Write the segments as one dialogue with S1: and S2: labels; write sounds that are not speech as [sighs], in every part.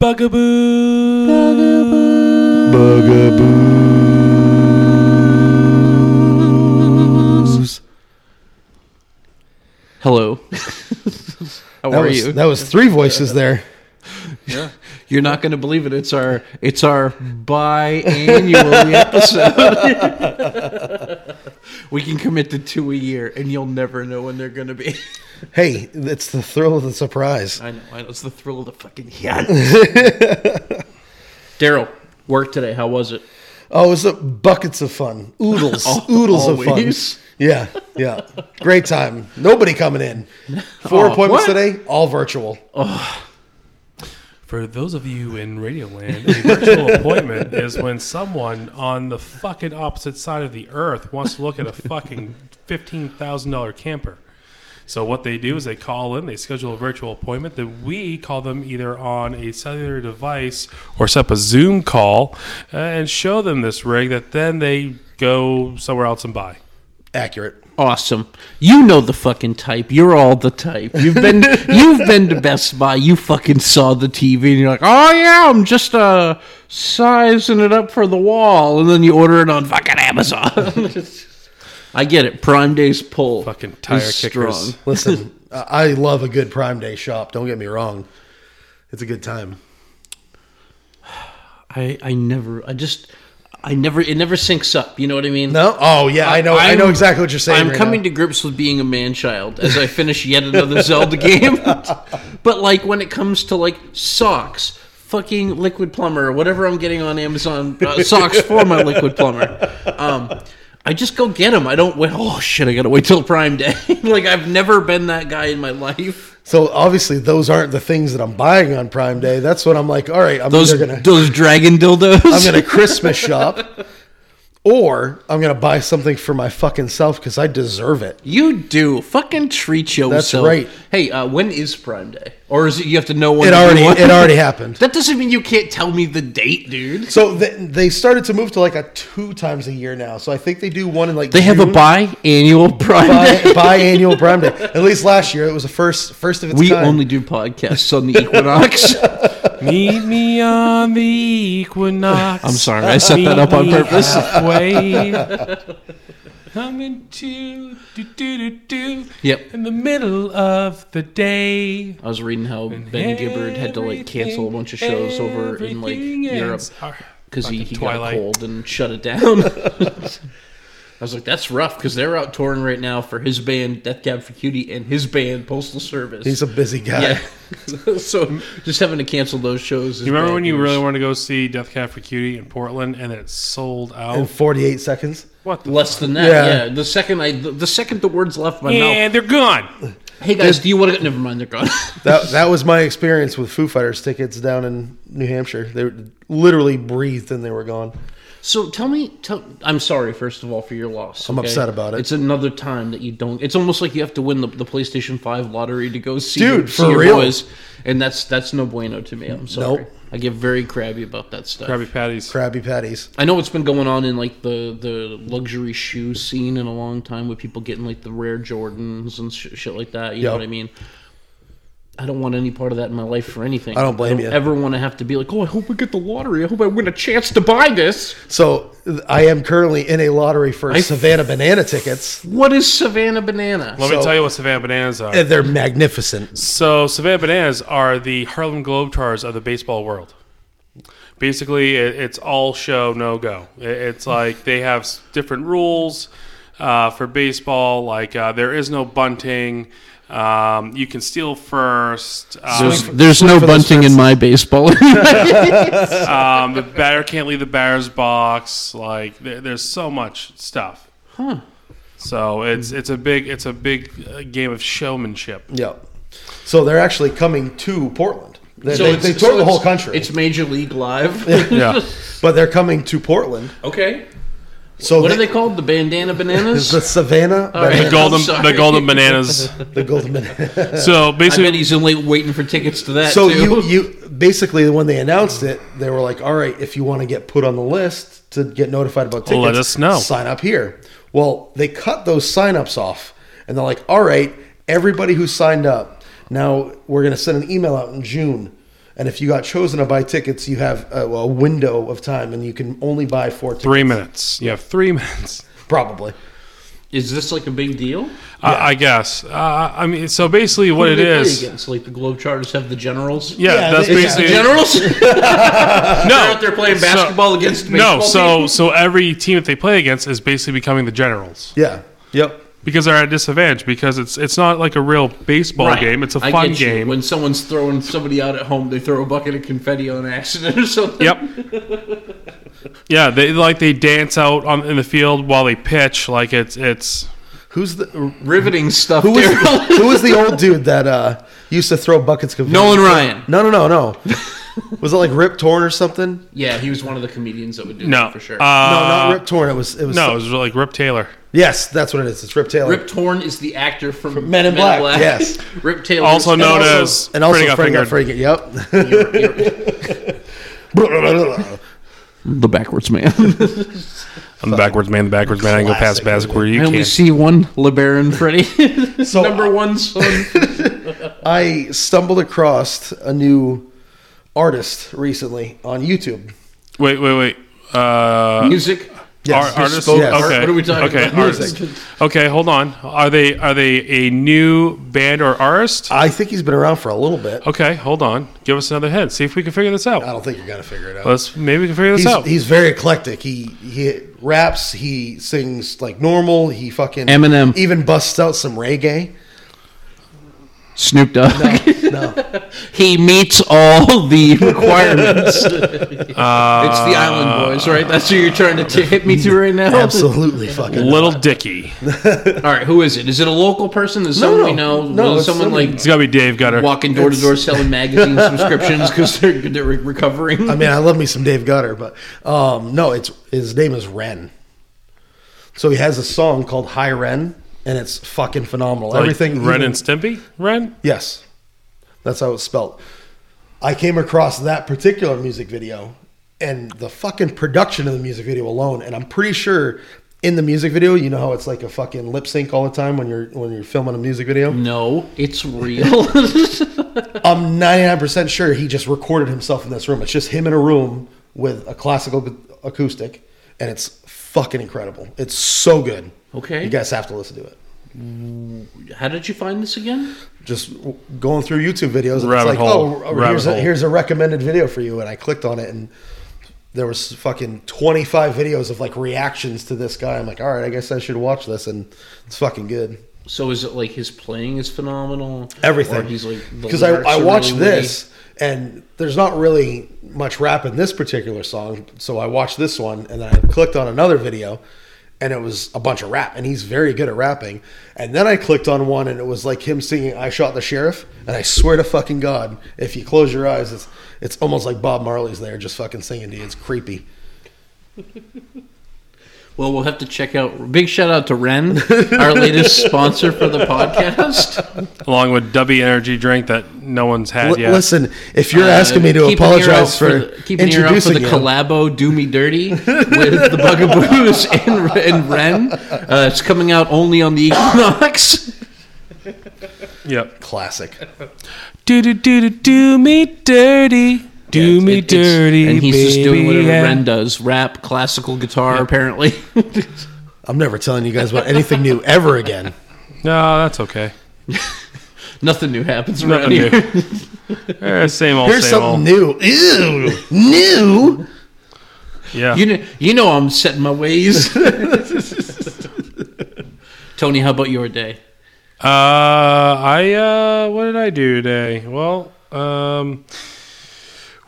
S1: Bugaboo.
S2: Bugaboos.
S1: Hello. How
S2: That
S1: are
S2: was,
S1: you?
S2: that was three voices there.
S1: [laughs] You're not going to believe it. It's our it's our biannual [laughs] episode. we can commit to two a year, and you'll never know when they're going to be.
S2: Hey, that's the thrill of the surprise.
S1: I know. I know. It's the thrill of the [laughs] fucking yeah. [laughs]
S3: Daryl, work today. How was it?
S2: Oh, it was a buckets of fun. Oodles.
S1: [laughs] Al- always.
S2: oodles of fun. Yeah, yeah. Great time. Nobody coming in. Four
S3: Aw,
S2: appointments
S3: what?
S2: today, all virtual.
S4: For those of you in Radio Land, a virtual appointment is when someone on the fucking opposite side of the earth wants to look at a fucking $15,000 camper. So what they do is they call in, they schedule a virtual appointment. Then we call them either on a cellular device or set up a Zoom call uh, and show them this rig that then they go somewhere else and buy.
S2: Accurate.
S1: Awesome. You know the fucking type. You're all the type.
S4: [laughs]
S1: You've been you've been to Best Buy. You fucking saw the TV and you're like, "Oh yeah, I'm just uh sizing it up for the wall." And then you order it on fucking
S4: [laughs]
S1: Amazon. I get it. Prime Day's pull.
S4: Fucking tire
S1: is
S4: kickers.
S1: [laughs]
S2: Listen, I I love a good Prime Day shop. Don't get me wrong. It's a good time.
S1: I I never I just I never it never syncs up. You know what I mean?
S2: No? Oh, yeah, I know. i know
S1: I'm-
S2: exactly what you're saying.
S1: I'm
S2: right
S1: coming
S2: now.
S1: to grips with being a man child as I finish yet another [laughs] Zelda game. but like when it comes to like socks, fucking liquid plumber, or whatever I'm getting on Amazon [laughs] uh, socks for my liquid plumber, um, I just go get them. I don't wait. Oh shit! I gotta wait till Prime Day. [laughs] like I've never been that guy in my life.
S2: So obviously, those aren't the things that I'm buying on Prime Day. That's what I'm like. All right, I'm
S1: Those
S2: either gonna
S1: those dragon dildos.
S2: I'm gonna Christmas shop, or I'm gonna buy something for my fucking self because I deserve it.
S1: [laughs] You do fucking treat yourself.
S2: That's right.
S1: Hey, uh, when is Prime Day? Or is it you have to know when
S2: It
S1: to do
S2: already
S1: one?
S2: it already happened.
S1: That doesn't mean you can't tell me the date, dude.
S2: So they, they started to move to like a two times a year now. So I think they do one in like
S1: They have a
S2: June,
S4: [laughs]
S1: biannual Prime
S2: bi-
S1: Day.
S2: biannual Prime Day. At least last year it was the first first of its
S1: We
S2: kind.
S1: only do
S4: [laughs]
S1: podcasts on the equinox.
S4: Meet me on the equinox.
S1: I'm sorry, I set that up on
S4: Meet me
S1: purpose. [laughs]
S4: Halfway. Coming to do do do do.
S1: Yep.
S4: In the middle of the day.
S1: I was reading how Ben Gibbard had to like cancel a bunch of shows over in like
S4: Everything
S1: Europe
S4: ends- Ah,
S1: because he,
S4: fucking
S1: he got a
S4: Twilight.
S1: cold and
S4: [laughs]
S1: shut it down. I was like, that's rough because they're out touring right now for his band Death Cab for Cutie and his band Postal Service.
S2: He's a busy guy.
S4: [laughs]
S1: yeah. [laughs] so just having to cancel those shows. Is
S4: You remember
S1: bad
S4: when you
S1: news.
S4: really wanted to go see Death Cab for Cutie in Portland and then it sold out?
S2: In 48 seconds.
S4: what the?
S1: less than that? Yeah.
S2: Yeah.
S1: The second I the, the second the words left my mouth.
S4: And they're gone.
S1: Hey guys, do you want to? Go? Never mind, they're gone. [laughs]
S2: That that was my experience with Foo Fighters tickets down in New Hampshire. They were- literally breathed and they were gone.
S1: So tell me, tell, I'm sorry, first of all, for your loss.
S2: I'm upset about it.
S1: It's another time that you don't. It's almost like you have to win the, the PlayStation Five lottery to go see,
S2: Dude,
S1: see
S2: for
S1: your
S2: real.
S1: boys, and that's that's no bueno to me. I'm sorry.
S2: Nope.
S1: I get very crabby about that stuff.
S4: Krabby Patties.
S2: Krabby Patties.
S1: I know what's been going on in like the the luxury shoe scene in a long time with people getting like the rare Jordans and sh- shit like that. You know
S2: Yep.
S1: what I mean? I don't want any part of that in my life for anything.
S2: I don't blame you.
S1: Ever want to have to be like, oh, I hope I get the lottery. I hope I win a chance to buy this.
S2: So th- I am currently in a lottery for Savannah banana tickets.
S1: What is Savannah Banana?
S4: Let
S2: So-
S4: me tell you what Savannah Bananas are.
S2: And they're magnificent.
S4: So Savannah Bananas are the Harlem Globetrotters of the baseball world. Basically, it, it's all show no go. It, it's like they have s- different rules uh, for baseball. Like uh, there is no bunting. Um, you can steal first. Um,
S1: There's, there's no
S2: for those
S1: bunting in my
S2: [laughs]
S1: baseball.
S4: um, the batter can't leave the batter's box. Like there, there's so much stuff.
S1: Huh.
S4: So it's it's a big it's a big uh, game of showmanship.
S2: Yep. So they're actually coming to Portland. They, they,
S1: it's-
S2: they toured
S1: so
S2: the whole
S1: it's-
S2: country,
S1: It's Major League
S2: [laughs]
S1: Live.
S4: Yeah.
S2: but they're coming to Portland.
S1: [laughs] okay.
S2: So
S1: What are they called? The Bandana Bananas?
S2: The
S1: right.
S2: Savannah, banana,
S4: The
S1: [laughs]
S4: golden
S1: sorry.
S4: the golden
S1: [laughs]
S4: bananas.
S2: the golden banana.
S4: So
S1: I
S4: basically,
S1: bet he's in late waiting for tickets to that
S2: So
S1: too.
S4: [laughs]
S2: you you basically when they announced it, they were like, "All right, if you want to get put on the list to get notified about tickets,
S4: Let us know.
S2: Sign up here." Well, they cut those sign-ups off, and they're like, "All right, everybody who signed up, now we're going to send an email out in June, And if you got chosen to buy tickets, you have a, well, a window of time, and you can only buy four tickets.
S4: Three minutes. You have three minutes.
S2: probably.
S1: Is this like a big deal?
S4: I, I guess. Uh, I mean, so basically, what
S1: Who
S4: it
S1: do they play
S4: is.
S1: Against? Like the Globetrotters have the Generals.
S4: Yeah,
S2: Yeah,
S4: that's
S2: they- yeah.
S1: The
S4: basically
S1: Generals? They're
S4: [laughs] no.
S1: out there playing basketball against the
S4: no,
S1: baseball
S4: so
S1: team?
S4: so every team that they play against is basically becoming the Generals
S2: Yeah. Yep.
S4: because they're at a disadvantage because it's it's not like a real baseball
S1: Right.
S4: game; it's a
S1: I
S4: fun
S1: get you.
S4: game.
S1: [laughs] When someone's throwing somebody out at home, they throw a bucket of confetti on accident or something.
S4: Yep. yeah, they like they dance out on in the field while they pitch. Like it's it's
S2: Who's the
S1: Riveting stuff.
S2: who was
S1: Daryl.
S4: [laughs]
S2: who was the old dude that uh, used to throw buckets? Of
S1: [laughs] Nolan Ryan.
S2: No, no, no, no. was it like Rip Torn or something?
S1: Yeah, he was one of the comedians that would do
S4: no
S1: that for sure.
S4: Uh,
S2: no, not Rip Torn. It was it was
S4: no, it was like Rip Taylor.
S2: Yes, that's what it is. It's Rip Taylor.
S1: Rip Torn is the actor from,
S2: Men in Black, yes.
S1: [laughs] Rip Taylor.
S4: Also
S1: is-
S4: known
S2: and also,
S4: as
S2: and also
S4: Freddy Got
S2: Freddy Got
S4: Fingered.
S2: Fingered. Yep.
S1: You're- you're- the
S4: [laughs]
S1: backwards man.
S4: I'm the backwards man. The backwards man. I can go past
S2: Classic.
S4: Bask where you
S1: I only
S4: can.
S1: see one LeBaron [laughs] Freddy.
S2: So-
S1: Number one son.
S2: I stumbled across a new artist recently on YouTube.
S4: Wait, wait, wait. Uh,
S1: Music.
S2: Yes.
S4: Ar- artist.
S2: Yes. Art-
S4: Okay.
S1: what are we talking
S4: okay.
S1: about?
S4: Artist. Okay, hold on. Are they are they a new band or artist?
S2: I think he's been around for a little bit.
S4: Okay, hold on. Give us another hint. See if we can figure this out.
S2: I don't think you're gonna figure it out.
S4: Let's maybe we can figure this
S2: Uh, He's,
S4: out.
S2: he's very eclectic. He he raps. He sings like normal. He fucking
S1: Eminem.
S2: Even busts out some reggae.
S1: Snoop Dogg.
S2: No,
S1: He meets all [laughs] the requirements. it's the Island Boys, right? That's who you're trying to t- hit me to right now.
S2: absolutely fucking.
S4: Little Dicky.
S1: All right, who is it? Is it a local person? Is
S2: No,
S1: someone
S2: no.
S1: we know?
S2: No,
S1: Will
S2: it's
S1: someone
S2: somebody-
S1: like
S4: It's got to be Dave Gutter.
S1: walking door to door selling magazine subscriptions because they're they're re- recovering?
S2: I mean, I love me some Dave Gutter, but um, no, it's his name is Ren. So he has a song called "High Ren," and it's fucking phenomenal.
S4: Like
S2: Everything
S4: Ren
S2: even-
S4: and Stimpy. Ren.
S2: Yes. That's how it's spelled. I came across that particular music video and the fucking production of the music video alone. And I'm pretty sure in the music video, you know how it's like a fucking lip sync all the time when you're when you're filming a music video?
S1: no, it's real.
S2: I'm 99% sure he just recorded himself in this room. It's just him in a room with a classical acoustic and it's fucking incredible. It's so good.
S1: Okay.
S2: You guys have to listen to it.
S1: How did you find this again?
S2: just w- going through YouTube videos. And
S4: Rabbit
S2: it's like,
S4: hole.
S2: oh,
S4: Rabbit
S2: here's a,
S4: hole.
S2: here's a recommended video for you, and I clicked on it, and there was fucking 25 videos of like reactions to this guy. I'm like, all right, I guess I should watch this, and it's fucking good.
S1: So is it like his playing is phenomenal? Or
S2: Everything
S1: he's like the
S2: because I,
S1: lyrics
S2: I
S1: are
S2: watched
S1: really
S2: this, and there's not really much rap in this particular song, so I watched this one, and then I clicked on another video. And it was a bunch of rap, and he's very good at rapping. And then I clicked on one, and it was like him singing "I Shot the Sheriff." And I swear to fucking God, if you close your eyes, it's it's almost like Bob Marley's there, just fucking singing to you. It's creepy.
S1: Well, we'll have to check out. Big shout out to Ren, our
S2: [laughs]
S1: latest sponsor for the podcast.
S4: along with W Energy drink that no one's had
S2: L-
S4: yet.
S2: Listen, if you're
S1: Uh,
S2: asking me to
S1: keep an ear out
S2: apologize for,
S1: the- keep an ear out for
S2: introducing
S1: the
S2: you,
S1: collabo "Do Me Dirty" with the Bugaboos [laughs] and, and Ren. Uh, it's coming out only on the Equinox.
S4: Yep.
S2: classic.
S4: Do do do do do me dirty. [laughs] Do me
S1: It- it's-
S4: dirty,
S1: and he's just doing
S4: baby,
S1: whatever
S4: yeah.
S1: Ren does: rap, classical guitar. Apparently, [laughs]
S2: I'm never telling you guys about anything new
S1: [laughs]
S2: ever again.
S4: No, that's okay.
S1: nothing new happens around
S4: Nothing
S1: here.
S4: new.
S2: [laughs]
S4: Eh, same old,
S2: Here's
S4: same
S2: something
S4: old.
S2: new. Ew, new.
S4: Yeah.
S1: You know, you know, I'm setting
S4: [laughs]
S1: my ways. Tony, how about your day?
S4: uh, I uh, what did I do today? Well, um,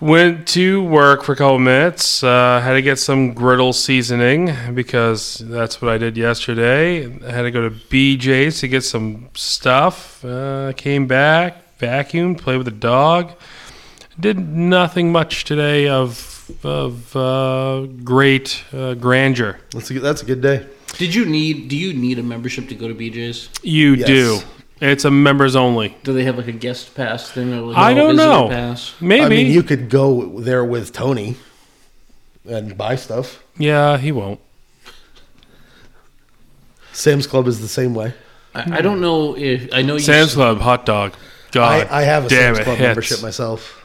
S4: went to work for a couple minutes. Uh, had to get some griddle seasoning because that's what I did yesterday. I had to go to BJ's to get some stuff. Uh, came back, vacuumed, played with the dog. Did nothing much today of of uh, great uh, grandeur.
S2: That's a good, that's a good day.
S1: Did you need? Do you need a membership to go to BJ's?
S4: You
S2: Yes.
S4: do. It's a members only.
S1: Do they have like a guest pass thing? Or like
S4: I
S1: a
S4: don't
S1: visitor
S4: know.
S1: Pass?
S4: Maybe.
S2: I mean, you could go there with Tony and buy stuff.
S4: yeah, he won't.
S2: Sam's Club is the same way.
S1: I, I don't know if I know you.
S4: Sam's Club hot dog. God,
S2: I, I have a
S4: Ah, damn
S2: Sam's
S4: it,
S2: Club
S4: hits.
S2: membership myself.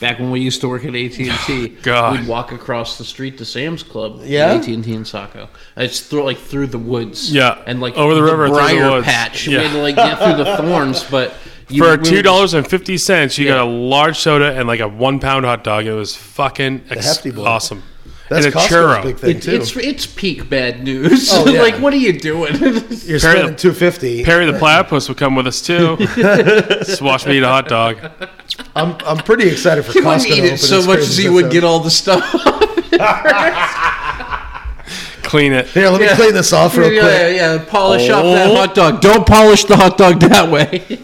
S1: Back when we used to work at AT and T,
S4: Oh, God.
S1: we'd walk across the street to Sam's Club,
S2: Yeah?
S1: AT and T in Saco. It's through like through the woods,
S4: Yeah.
S1: and like
S4: Over the river, through the
S1: briar
S4: woods.
S1: patch.
S4: Yeah.
S1: We had to like get through the thorns,
S4: [laughs]
S1: but you,
S4: For
S1: we-
S4: two dollars and fifty cents, you
S1: Yeah.
S4: got a large soda and like a one pound hot dog. It was fucking ex-
S2: Hefty Boy.
S4: awesome.
S2: That's
S4: and a
S2: Costco's
S4: churro.
S2: big thing
S1: [laughs] It,
S2: too.
S1: it's it's peak bad news. [laughs]
S2: Oh, yeah.
S1: like, what are you doing? [laughs]
S2: You're
S4: Perry-
S2: spending two fifty.
S4: Perry the platypus would come with us too.
S2: [laughs]
S4: Just watch me eat a hot dog.
S2: I'm I'm pretty excited for
S1: He
S2: Costco
S1: wouldn't
S2: to
S1: eat
S2: open
S1: it so
S2: its
S1: much
S2: crazy
S1: as he
S2: stuff
S1: would
S2: out.
S1: get all the stuff. [laughs]
S4: Clean it.
S2: Here, let me clean this off real quick.
S1: yeah, yeah, polish up that
S4: Oh.
S1: hot dog. Don't polish the hot dog that way. [laughs]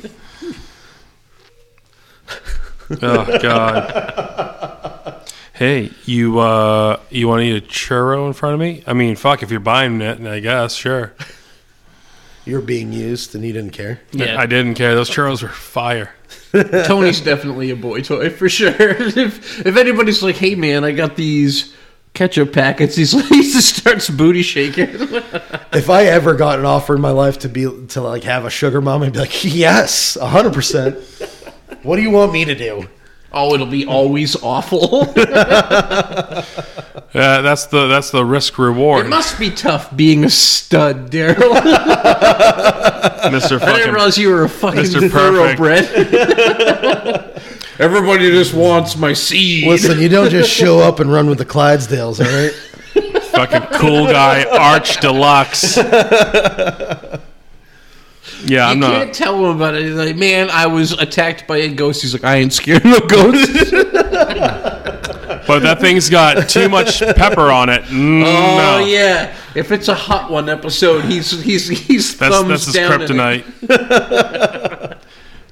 S4: Oh God. Hey, you uh, you want to eat a churro in front of me? I mean, fuck, if you're buying it, I guess sure.
S2: You're being used, and he didn't care.
S1: Yeah.
S4: I didn't care. Those churros were fire.
S1: Tony's definitely a boy toy for sure. [laughs] if if anybody's like, "Hey man, I got these ketchup packets," he's like, [laughs] he just starts booty shaking. [laughs]
S2: If I ever got an offer in my life to be to like have a sugar mom, I'd be like, yes, hundred percent. What do you want me to do?
S1: oh, it'll be always awful. [laughs]
S4: Uh, that's the that's the risk
S1: it
S4: reward,
S1: must be tough being a stud, Daryl.
S4: Mister
S1: [laughs] I didn't
S4: Fucking.
S1: realize you were a fucking
S4: Mr. Perfect.
S1: thoroughbred.
S4: [laughs]
S1: Everybody just wants my seed.
S2: Listen, you don't just show up and run with the Clydesdales, all right?
S4: fucking cool guy arch deluxe yeah i'm
S1: you
S4: not
S1: can't tell him about it. He's like, man, I was attacked by a ghost. He's like, I ain't scared of
S4: [laughs]
S1: no ghosts.
S4: but that thing's got too much pepper on it Mm,
S1: Oh
S4: no.
S1: yeah, if it's a hot one episode, he's he's he's
S4: that's
S1: thumbs
S4: that's his
S1: down. in it.
S4: kryptonite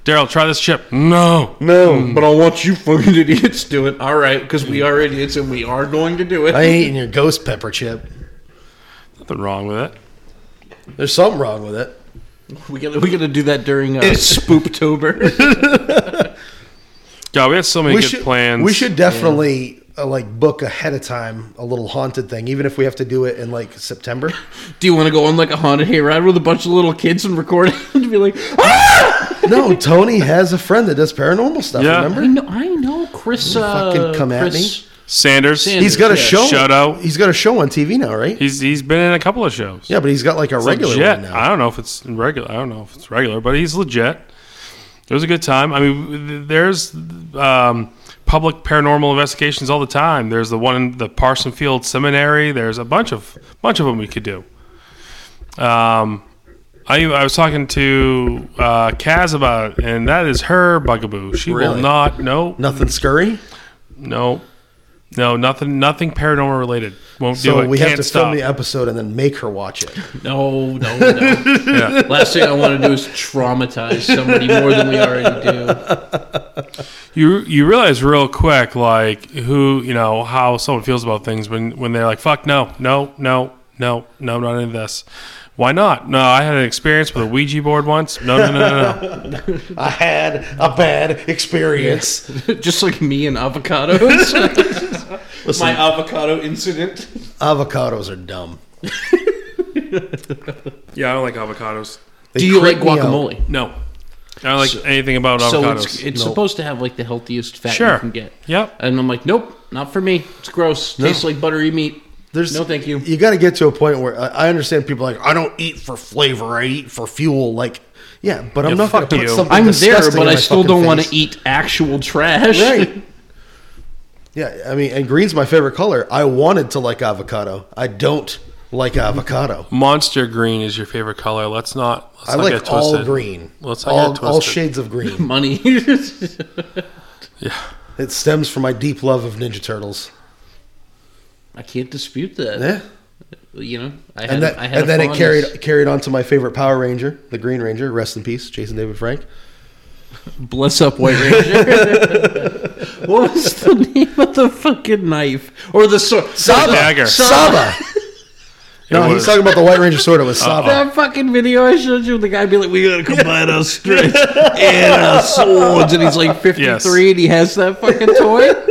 S4: daryl try this chip no
S1: No, but I want you fucking [laughs] idiots do it. All right, because we are idiots and we are going to do it.
S2: I ain't eating your ghost pepper chip.
S4: nothing wrong with it
S2: There's something wrong with it.
S1: we gotta we gotta do that during uh, Spooptober. [laughs]
S4: god we had so many
S2: we
S4: good
S2: should
S4: plans
S2: we should definitely uh, like book ahead of time a little haunted thing, even if we have to do it in like September.
S1: do you want to go on like a haunted hayride with a bunch of little kids and record it [laughs] and be like,
S2: no, Tony has a friend that does paranormal stuff.
S4: Yeah.
S1: I
S2: Remember?
S1: know, I know, Chris.
S2: fucking
S1: uh,
S2: come at
S1: Chris-
S2: me.
S4: sanders,
S1: Sanders.
S2: He's got a
S1: Yeah,
S2: show.
S4: shout out.
S2: He's got a show on TV now, right?
S4: He's, he's been in a couple of shows
S2: yeah, but he's got like a regular
S4: legit.
S2: one now.
S4: I don't know if it's regular. I don't know if it's regular, but he's legit. It was a good time. I mean, there's um, public paranormal investigations all the time. There's the one in the Parson Field Seminary. There's a bunch of bunch of them we could do. Um, I, I was talking to uh, Kaz about, it, and that is her bugaboo. She will
S2: Really?
S4: not. No,
S2: Nothing scurry.
S4: no, no. Nothing. Nothing paranormal related. Won't do
S2: So
S4: it.
S2: we
S4: Can't
S2: have to
S4: stop.
S2: film the episode and then make her watch it.
S1: No, no, no.
S4: [laughs] Yeah.
S1: Last thing I want to do is traumatize somebody more than we already do.
S4: you you realize real quick like who you know how someone feels about things when when they're like fuck no no no no no not into this why not no i had an experience with a ouija board once no no no no, no.
S2: I had a bad
S4: [laughs]
S1: [laughs]
S2: experience.
S1: just like me and [laughs] avocados.
S2: Listen,
S1: My avocado incident.
S2: avocados are dumb.
S4: [laughs] yeah i don't like avocados
S2: They
S1: Do you like
S2: creep me out.
S1: guacamole?
S4: no i don't like anything about
S1: So
S4: avocados
S1: it's, it's
S2: Nope.
S1: supposed to have like the healthiest fat
S4: Sure.
S1: you can get.
S4: Yep.
S1: And I'm like, nope, not for me. It's gross. Tastes like buttery meat.
S2: There's
S1: no, thank you.
S2: You got to get to a point where I I understand people are like I don't eat for flavor. I eat for fuel. Like, yeah, but I'm
S4: Yeah,
S2: not going
S4: fuck
S2: to put
S4: you.
S2: something.
S1: I'm there,
S2: disgusting
S1: but
S2: in
S1: I
S2: my
S1: still
S2: fucking
S1: don't want
S2: face.
S1: to eat actual trash.
S2: Right. Yeah, I mean, and green's my favorite color. I wanted to like avocado. I don't like avocado.
S4: monster green is your favorite color let's not let's
S2: I
S4: not
S2: like
S4: get
S2: all
S4: twisted.
S2: green.
S4: let's not
S2: all,
S4: get
S2: all
S4: twisted.
S2: shades
S1: [laughs]
S2: of green.
S1: [laughs] Money.
S2: It stems from my deep love of Ninja Turtles.
S1: I can't dispute that.
S2: Yeah.
S1: You know, I had,
S2: And, that,
S1: I had
S2: and
S1: a
S2: then it
S1: fondness.
S2: carried carried on to my favorite Power Ranger, the Green Ranger. Rest in peace, Jason David Frank.
S1: Bless up, [laughs] White Ranger. what was the name of the fucking knife or the sword?
S4: dagger.
S2: [laughs] Saba. no,
S4: It
S2: he's
S4: was-
S2: talking about the White Ranger sword. It was Saba.
S1: That fucking video I showed you, the guy be like, "We gotta combine
S4: [laughs]
S1: our strengths and our swords," and he's like fifty-three,
S4: Yes.
S1: and he has that fucking toy.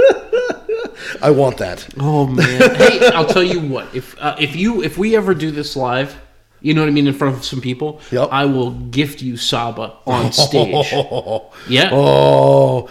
S2: I want that.
S1: Oh man! hey, I'll tell you what. If uh, if you if we ever do this live, you know what I mean, in front of some people,
S2: Yep.
S4: [laughs]
S1: I will gift you Saba on stage. Yeah,
S2: Oh,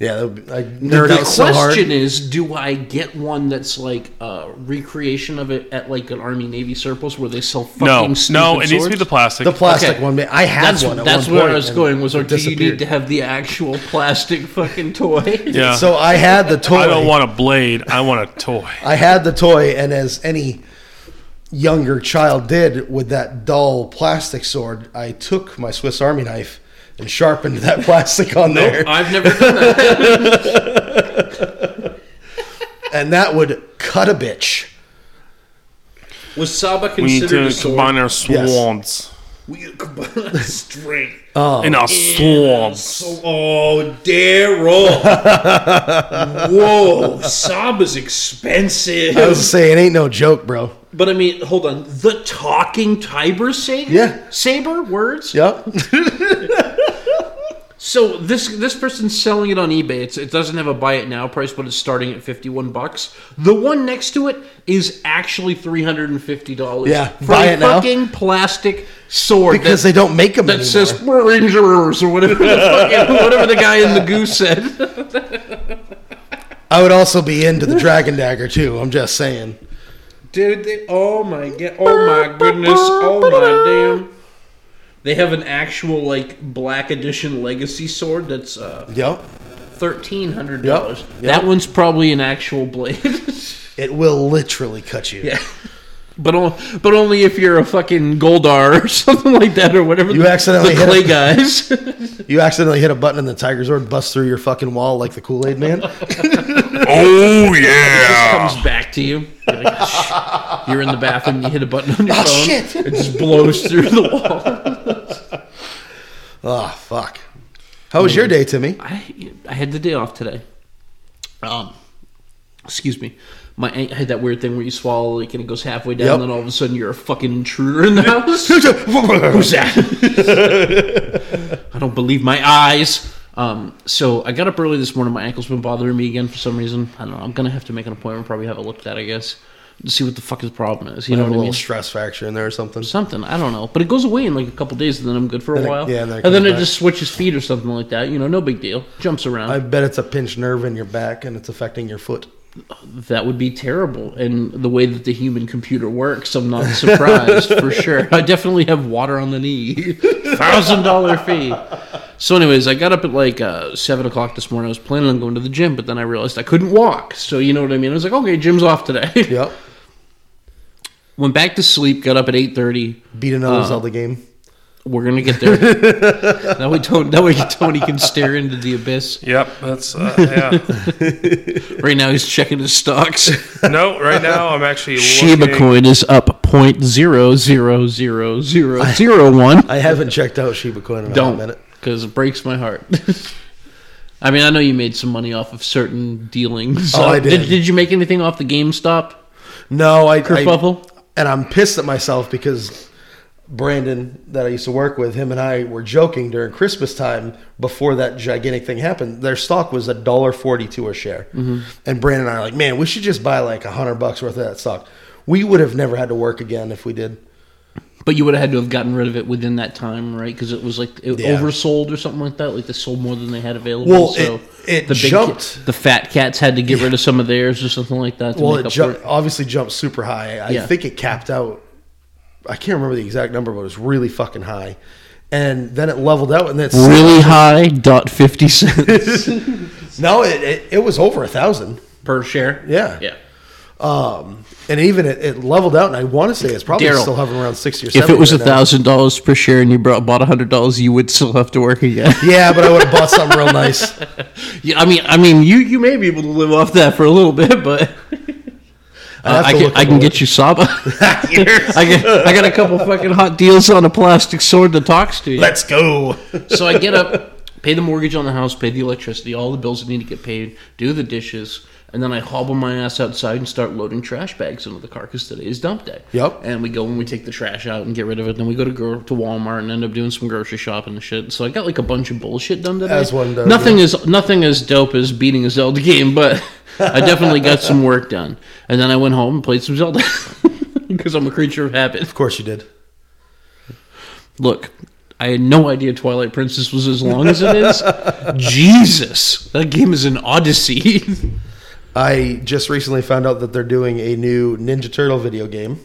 S2: Yeah, that would be, I
S1: The
S2: nerd out so hard.
S1: question is, do I get one that's like a recreation of it at like an Army Navy surplus where they sell fucking
S4: No,
S1: stupid
S4: no, it needs to
S1: swords?
S4: be the plastic.
S2: The plastic
S1: Okay.
S2: one, man. I had
S1: That's
S2: one. At
S1: that's
S2: one
S1: where
S2: point
S1: I was
S2: and
S1: going. Was
S2: it
S1: like, do you need
S2: disappeared.
S1: to have the actual plastic [laughs] fucking toy?
S4: yeah.
S2: So I had the toy.
S4: I don't want a blade. I want a toy.
S2: I had the toy, and as any younger child did with that dull plastic sword, I took my Swiss Army knife and sharpened that [laughs] plastic on there,
S1: I've never done that.
S2: and that would cut a bitch.
S1: Was Saba
S4: We need
S1: considered
S4: to
S1: a sword?
S4: combine our swords.
S1: We combine [laughs] strength.
S4: And our
S2: Um,
S4: swords.
S1: So, oh,
S2: [laughs]
S1: Daryl. Whoa, Saba's expensive.
S2: I was saying, it ain't no joke, bro.
S1: But I mean, hold on. The talking Tiber saber?
S2: Yeah.
S1: Saber? Words?
S2: Yep.
S1: [laughs] So this this person's selling it on eBay. It's, it doesn't have a buy it now price, but it's starting at 51 bucks. The one next to it is actually $350.
S2: Yeah,
S1: For
S2: buy
S1: a
S2: it now.
S1: fucking plastic sword
S2: Because
S1: that,
S2: they don't make them
S1: that
S2: anymore.
S1: says Rangers or whatever the, fucking, whatever the guy
S2: [laughs]
S1: in the goose said.
S2: I would also be into the Dragon Dagger too. I'm just saying.
S1: Dude, they, oh my god, oh my goodness, oh my damn. They have an actual like black edition legacy sword that's uh
S2: Yep.
S1: thirteen hundred
S2: Yep,
S1: dollars.
S2: yep.
S1: That one's probably an actual blade. [laughs]
S2: It will literally cut you.
S1: yeah. But, on, but only if you're a fucking Goldar or [laughs] something like that or whatever.
S2: You
S1: the-
S2: accidentally
S1: the
S2: hit
S1: clay
S2: it.
S1: guys. [laughs]
S2: You accidentally hit a button and the Tiger Zord busts through your fucking wall like the Kool
S1: [laughs]
S2: Aid Man.
S4: Oh, yeah.
S1: comes back to you. You're, like, "Shh." You're in the bathroom. You hit a button on your phone.
S2: Oh, shit.
S1: It just blows through the wall.
S2: oh fuck. How was your day, Timmy?
S1: I I had the day off today. Um, excuse me. My aunt had that weird thing where you swallow like and it goes halfway down,
S2: Yep.
S1: and then all of a sudden you're a fucking intruder
S2: [laughs]
S1: in the house. Who's
S2: Who's
S1: that? [laughs] I don't believe my eyes. Um, so I got up early this morning. My ankle's been bothering me again for some reason. I don't know. I'm gonna have to make an appointment. Probably have it looked at. I guess to see what the fuck his problem is. You know
S2: have a
S1: what I
S2: little
S1: mean?
S2: stress fracture in there or something.
S1: something. I don't know, but it goes away in like a couple days, and then I'm good for a
S2: Then it-
S1: while.
S2: yeah,
S1: and
S2: and then
S1: then,
S2: it comes
S1: it
S2: back.
S1: just switches feet or something like that. You know, no big deal. Jumps around.
S2: I bet it's a pinched nerve in your back and it's affecting your foot.
S1: that would be terrible. And the way that the human computer works, I'm not surprised for sure. I definitely have water on the knee. [laughs] Thousand dollar fee. So, anyways, I got up at like uh, seven o'clock this morning. I was planning on going to the gym, but then I realized I couldn't walk. So you know what I mean. I was like, okay, gym's off today. [laughs]
S2: Yep.
S1: Went back to sleep. Got up at eight thirty.
S2: Beat another
S1: Uh-huh.
S2: Zelda game.
S1: We're gonna get there. [laughs] that way, Tony, that way Tony can stare into the abyss.
S4: Yep, that's uh, yeah.
S1: Right now, he's checking his stocks.
S4: No, right now I'm actually
S1: [laughs] Shiba
S4: looking-
S1: coin is up point zero zero zero zero zero one.
S2: I haven't checked out Shiba Coin in a hot
S1: Don't,
S2: minute.
S1: because it breaks my heart. [laughs] I mean, I know you made some money off of certain dealings.
S2: Oh, I did.
S1: did. Did you make anything off the GameStop
S2: No, I, I
S1: kerfuffle?
S2: and I'm pissed at myself because Brandon that I used to work with, him and I were joking during Christmas time before that gigantic thing happened. Their stock was a dollar forty to a share,
S1: Mm-hmm.
S2: and Brandon and I are like, man, we should just buy like a hundred bucks worth of that stock. We would have never had to work again if we did.
S1: but you would have had to have gotten rid of it within that time, right? Because it was like it
S2: Yeah.
S1: oversold or something like that. Like they sold more than they had available.
S2: Well,
S1: so
S2: it- it
S1: the big
S2: jumped.
S1: the fat cats had to get rid of some of theirs or something like that. To
S2: Well,
S1: make
S2: it
S1: up
S2: ju-
S1: for it.
S2: obviously jumped super high. I
S1: Yeah.
S2: think it capped out. I can't remember the exact number, but it was really fucking high. And then it leveled out, and then it's
S1: really high dot fifty
S2: [laughs]
S1: cents
S2: no, it, it it was over a thousand.
S1: per share.
S2: Yeah.
S1: yeah.
S2: Um, and even it, it leveled out, and I want to say it's probably
S1: Daryl,
S2: still hovering around sixty or. 70
S1: If it was a
S2: right now.
S1: thousand dollars per share and you brought, bought a hundred dollars, you would still have to work again.
S2: [laughs] yeah, but I would have bought something
S1: [laughs]
S2: real nice.
S1: Uh, yeah, I mean, I mean, you you may be able to live off that for a little bit, [laughs] but uh,
S2: have
S1: I
S2: to
S1: can
S2: look
S1: I can
S2: up.
S1: get you
S2: [laughs]
S1: Saba. I get, I got a couple fucking hot deals on a plastic sword that talks to you.
S2: Let's go.
S1: [laughs] so I get up, pay the mortgage on the house, pay the electricity, all the bills that need to get paid, do the dishes, and then I hobble my ass outside and start loading trash bags into the car because today is dump day.
S2: Yep.
S1: And we go and we take the trash out and get rid of it. Then we go to gro- to Walmart and end up doing some grocery shopping and shit. So I got like a bunch of bullshit done today.
S2: As one does,
S1: Nothing is nothing as dope as beating a Zelda game, but I definitely got some work done. And then I went home and played some Zelda. [laughs] Because I'm a creature of habit.
S2: Of course you did.
S1: Look, I had no idea Twilight Princess was as long as it
S2: [laughs]
S1: is. Jesus, that game is an odyssey. [laughs]
S2: I just recently found out that they're doing a new Ninja Turtle video game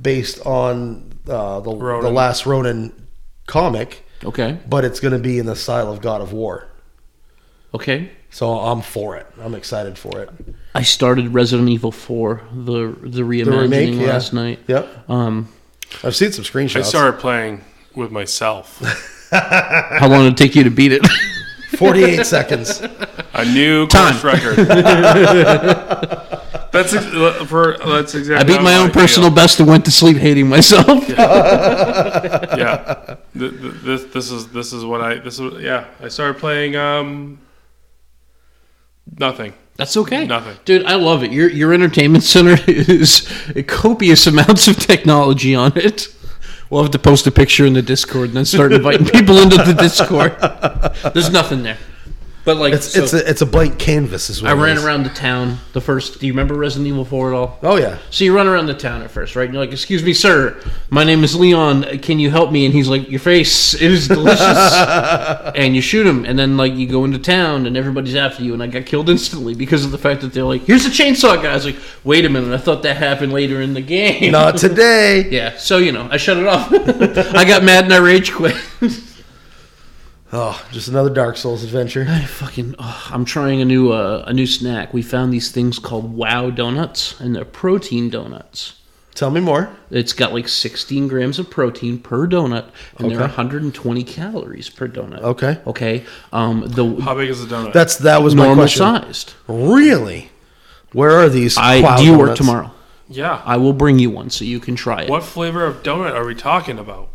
S2: based on uh, the, the
S4: Ronin.
S2: last Ronin comic,
S1: okay,
S2: but it's going to be in the style of God of War.
S1: okay.
S2: So I'm for it. I'm excited for it.
S1: I started Resident Evil 4, the the reimagining
S2: The remake yeah.
S1: last night.
S2: Yep,
S1: Um,
S2: I've seen some screenshots.
S4: I started playing with myself.
S1: how long did it take you to beat it? [laughs]
S2: 48 seconds.
S4: A new
S1: Time.
S4: course
S1: [laughs]
S4: record. that's ex- uh, for that's
S1: I
S4: exactly.
S1: beat
S4: how
S1: my
S4: I
S1: own
S4: feel.
S1: personal best and went to sleep hating myself.
S4: Yeah, Th- th- this this is this is what I this is yeah. I started playing um nothing.
S1: That's okay.
S4: Nothing.
S1: Dude, I love it. Your your entertainment center [laughs] is copious amounts of technology on it. We'll have to post a picture in the Discord and then start inviting people into the Discord. There's nothing there. But like
S2: It's
S1: so
S2: it's a, it's a blank canvas as
S1: I
S2: well.
S1: ran around the town the first do you remember Resident Evil 4 at all?
S2: Oh yeah.
S1: So you run around the town at first, right? And you're like, "Excuse me, sir. My name is Leon. Can you help me?" And he's like, "Your face it is delicious." and you shoot him, and then like you go into town, and everybody's after you. And I got killed instantly because of the fact that they're like, "Here's a chainsaw guy." I was like, "Wait a minute. I thought that happened later in the game."
S2: Not today.
S1: [laughs] Yeah. So you know, I shut it off. [laughs] I got mad and I rage quit. [laughs]
S2: Oh, just another Dark Souls adventure.
S1: I fucking ugh, I'm trying a new uh, a new snack. We found these things called Wow donuts, and they're protein donuts.
S2: Tell me more.
S1: It's got like 16 grams of protein per donut, and there are
S2: Okay.
S1: 120 calories per donut.
S2: Okay.
S1: Okay. Um, the
S4: How big is the donut?
S2: That's that was my
S1: normal
S2: question.
S1: sized.
S2: Really? Where are these?
S1: I
S2: cloud
S1: do you work
S2: donuts?
S1: tomorrow?
S4: yeah.
S1: I will bring you one so you can try it.
S4: What flavor of donut are we talking about?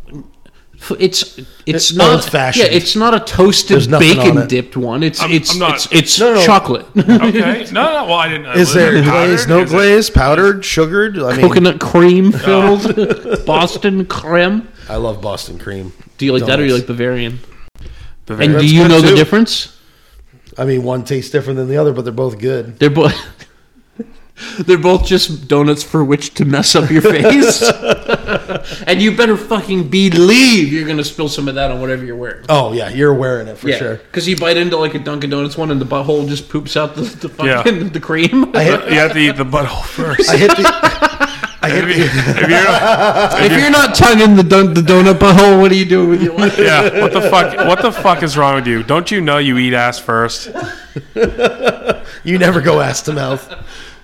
S1: F- It's it's
S2: It- no,
S1: not
S2: it's fashioned.
S1: Yeah, it's not a toasted
S2: There's nothing on
S1: bacon
S2: it.
S1: dipped one. It's
S4: I'm-
S1: it's
S4: I'm not-
S1: it's, it's
S2: No, no. [laughs]
S1: chocolate,
S4: Okay. [laughs] No, no. Well, I didn't. I
S2: Is there
S4: wasn't
S2: glaze?
S4: powdered.
S2: No
S4: Is it-
S2: glaze? Powdered? Sugared? I mean,
S1: [laughs] coconut cream filled,
S2: [laughs]
S1: Boston creme.
S2: I love Boston cream.
S1: Do you like that or you
S2: Donuts.
S1: like Bavarian?
S4: Bavarian.
S1: And do
S2: That's
S1: you
S2: good
S1: know the
S2: too.
S1: difference?
S2: I mean, one tastes different than the other, but they're both good.
S1: They're both [laughs] They're both just donuts for which to mess up your
S2: [laughs]
S1: face. and you better fucking believe you're gonna spill some of that on whatever you're wearing.
S2: Oh yeah, you're wearing it for sure.
S1: Because you bite into like a Dunkin' Donuts one and the butthole just poops out the, the
S4: Yeah.
S1: fucking the cream.
S2: I hit,
S4: You have to eat the butthole [laughs] first.
S2: I hit the. [laughs] I
S4: If
S2: hit
S4: you-
S2: the.
S4: if you're not-
S1: if you're not tonguing the, dun- the donut butthole, what are you doing
S2: [laughs]
S1: with your life?
S4: yeah, what the fuck? What the fuck is wrong with you? Don't you know you eat ass
S1: [laughs]
S4: first?
S2: You never go ass to mouth.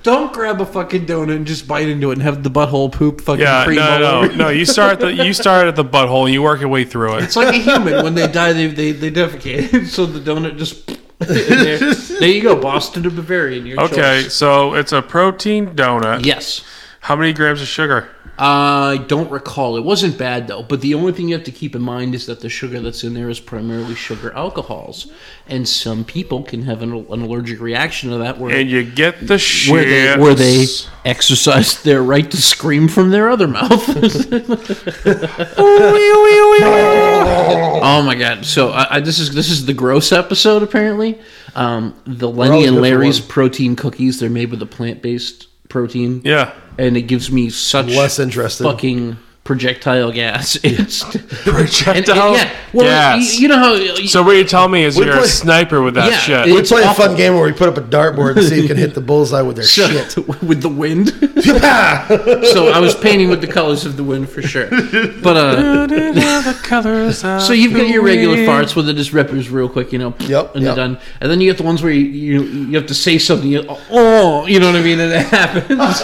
S1: Don't grab a fucking donut and just bite into it and have the butthole poop fucking
S4: Yeah,
S1: cream
S4: no,
S1: all
S4: no,
S1: over.
S4: no. You start at the you start at the butthole and you work your way through it.
S1: [laughs] It's like a human when they die, they they, they defecate, [laughs] so the donut just. [laughs] in
S2: [laughs]
S1: there. there you go, Boston to Bavarian. Your
S4: Okay,
S1: choice.
S4: so it's a protein donut.
S1: Yes.
S4: How many grams of sugar?
S1: I don't recall. It wasn't bad though. But the only thing you have to keep in mind is that the sugar that's in there is primarily sugar alcohols, and some people can have an, an allergic reaction to that, where
S4: And you get the shit.
S1: where they where they exercise [laughs] their right to scream from their other mouth. [laughs] oh my god! So I, I, this is this is the gross episode apparently. Um, the Lenny
S2: always
S1: and
S2: good for
S1: Larry's protein cookies. They're made with a plant based protein.
S4: Yeah.
S1: and it gives me such
S2: Less interested.
S1: fucking projectile gas. [laughs] It's
S4: Projectile.
S1: and, and, yeah, well,
S4: Yes.
S1: you, you know how
S4: so what you're telling me is
S2: We
S4: you're a
S2: play-
S4: sniper with that
S1: Yeah,
S4: shit.
S1: it- [laughs]
S2: We play a
S1: awful.
S2: fun game where we put up a dartboard and see who can hit the bullseye with their
S1: [laughs]
S2: shit.
S1: with the wind. so I was painting with the colors of the wind for sure. But uh, so you've got your regular farts where they just rip us real quick, you know.
S2: Yep,
S1: And they're
S2: yep.
S1: done. And then you get the ones where you you, you have to say something. You, oh, you know what I mean, and it happens.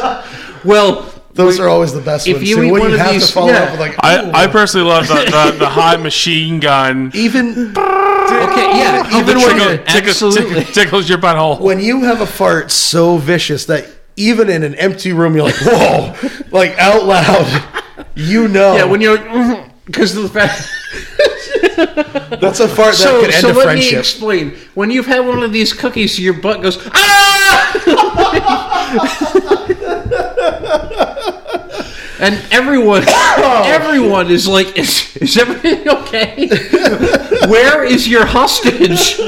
S1: well.
S2: Those are always the best
S1: If
S2: ones.
S1: you
S2: too.
S1: eat
S2: when
S1: one
S2: you
S1: of
S2: have
S1: these-
S2: to follow
S1: yeah.
S2: up with like
S4: I, I personally love the, the, the high machine
S2: [laughs]
S4: gun.
S2: even
S1: Okay, yeah.
S2: [laughs] Even
S1: even
S2: when
S1: when
S2: you-
S1: you're
S4: Tickles, tickles,
S1: absolutely.
S4: tickles, tickles your butthole.
S2: when you have a fart so vicious that even in an empty room you're like [laughs] whoa, like out loud, you know.
S1: Yeah, when you're [laughs] because of the fact. [laughs]
S2: that's a fart that
S1: so,
S2: could end
S1: so
S2: a
S1: let me
S2: friendship.
S1: explain. When you've had one of these cookies, your butt goes ah. [laughs] And everyone,
S2: [coughs]
S1: everyone is like, is, is everything
S2: [laughs]
S1: okay? Where is your hostage?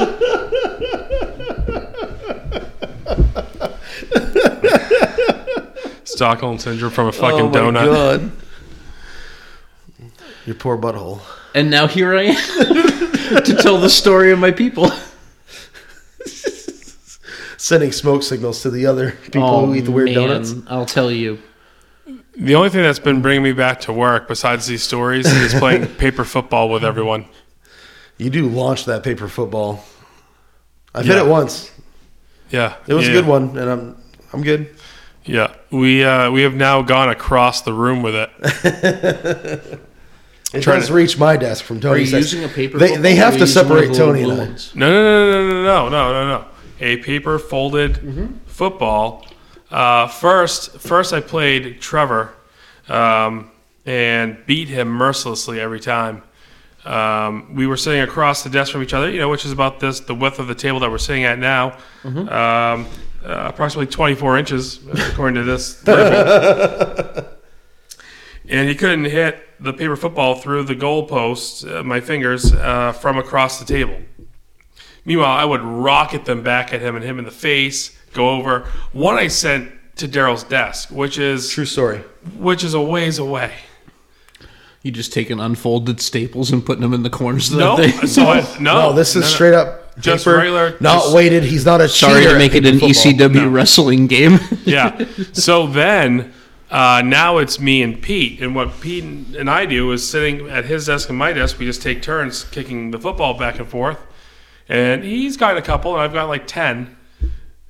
S4: Stockholm syndrome from a fucking
S2: oh my
S1: Oh
S2: Oh
S4: donut.
S2: god. Your poor butthole.
S1: and now here I am [laughs] to tell the story of my people.
S2: Sending smoke signals to the other people who eat the weird
S1: Oh, man,
S2: donuts.
S1: I'll tell you.
S4: The only thing that's been bringing me back to work, besides these stories, is
S2: [laughs]
S4: playing paper football with everyone.
S2: You do launch that paper football. I've
S4: Yeah.
S2: hit it once.
S4: Yeah,
S2: It was
S4: yeah,
S2: a good one, and I'm I'm good.
S4: Yeah, we uh, we have now gone across the room with it.
S2: It
S4: Trying
S2: does
S4: to-
S2: reach my desk from
S1: Are
S2: Tony's.
S1: you
S2: desk.
S1: using a paper?
S2: Oh, They,
S1: football
S2: they
S1: or
S2: have
S1: are
S2: to
S1: you using one of
S2: separate
S1: the
S2: Tony
S1: little
S2: and I.
S1: ones?
S4: No, no, no, no, no, no, no, no, no. A paper folded football. Uh, first, first I played Trevor, um, and beat him mercilessly every time. Um, we were sitting across the desk from each other, you know, which is about this the width of the table that we're sitting at now, um, uh, approximately 24 inches according to this. label. and he couldn't hit the paper football through the goalpost, uh, my fingers, uh, from across the table. Meanwhile, I would rocket them back at him and him in the face, go over. One I sent to Daryl's desk, which is
S2: True story.
S4: which is a ways
S2: [laughs]
S4: away.
S1: You just taking unfolded staples and putting them in the corners of
S4: No,
S1: the thing.
S4: so I, no,
S2: No, this is
S4: Oh, no.
S2: straight up
S4: Just
S2: paper,
S4: regular-
S2: not
S4: just-
S2: weighted. He's not
S1: [laughs]
S2: a
S1: Sorry
S2: cheater
S1: to
S2: at
S1: make it
S2: paper
S1: an E
S2: football.
S1: ECW
S4: No.
S1: wrestling game.
S4: [laughs] yeah. So then, uh, now it's me and Pete, and what Pete and I do is sitting at his desk and my desk. We just take turns kicking the football back and forth, and he's got a couple, and I've got like ten.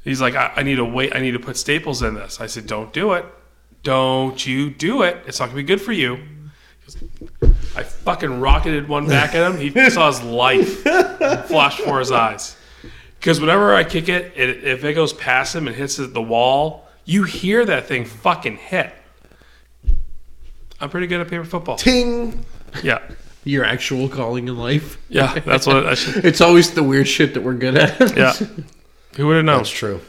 S4: He's like, I, I need to wait. I need to put staples in this. I said, Don't do it. Don't you do it. It's not gonna be good for you. He goes, I fucking rocketed one back at him. He saw his life flash before his eyes. Because whenever I kick it, it, if it goes past him and hits the wall, you hear that thing fucking hit. I'm pretty good at paper [laughs] football.
S2: Ting.
S4: Yeah,
S1: Your actual calling in life.
S4: yeah, that's what I should.
S1: It's always the weird shit that we're good at.
S4: Yeah, [laughs] who would have known?
S2: That's true.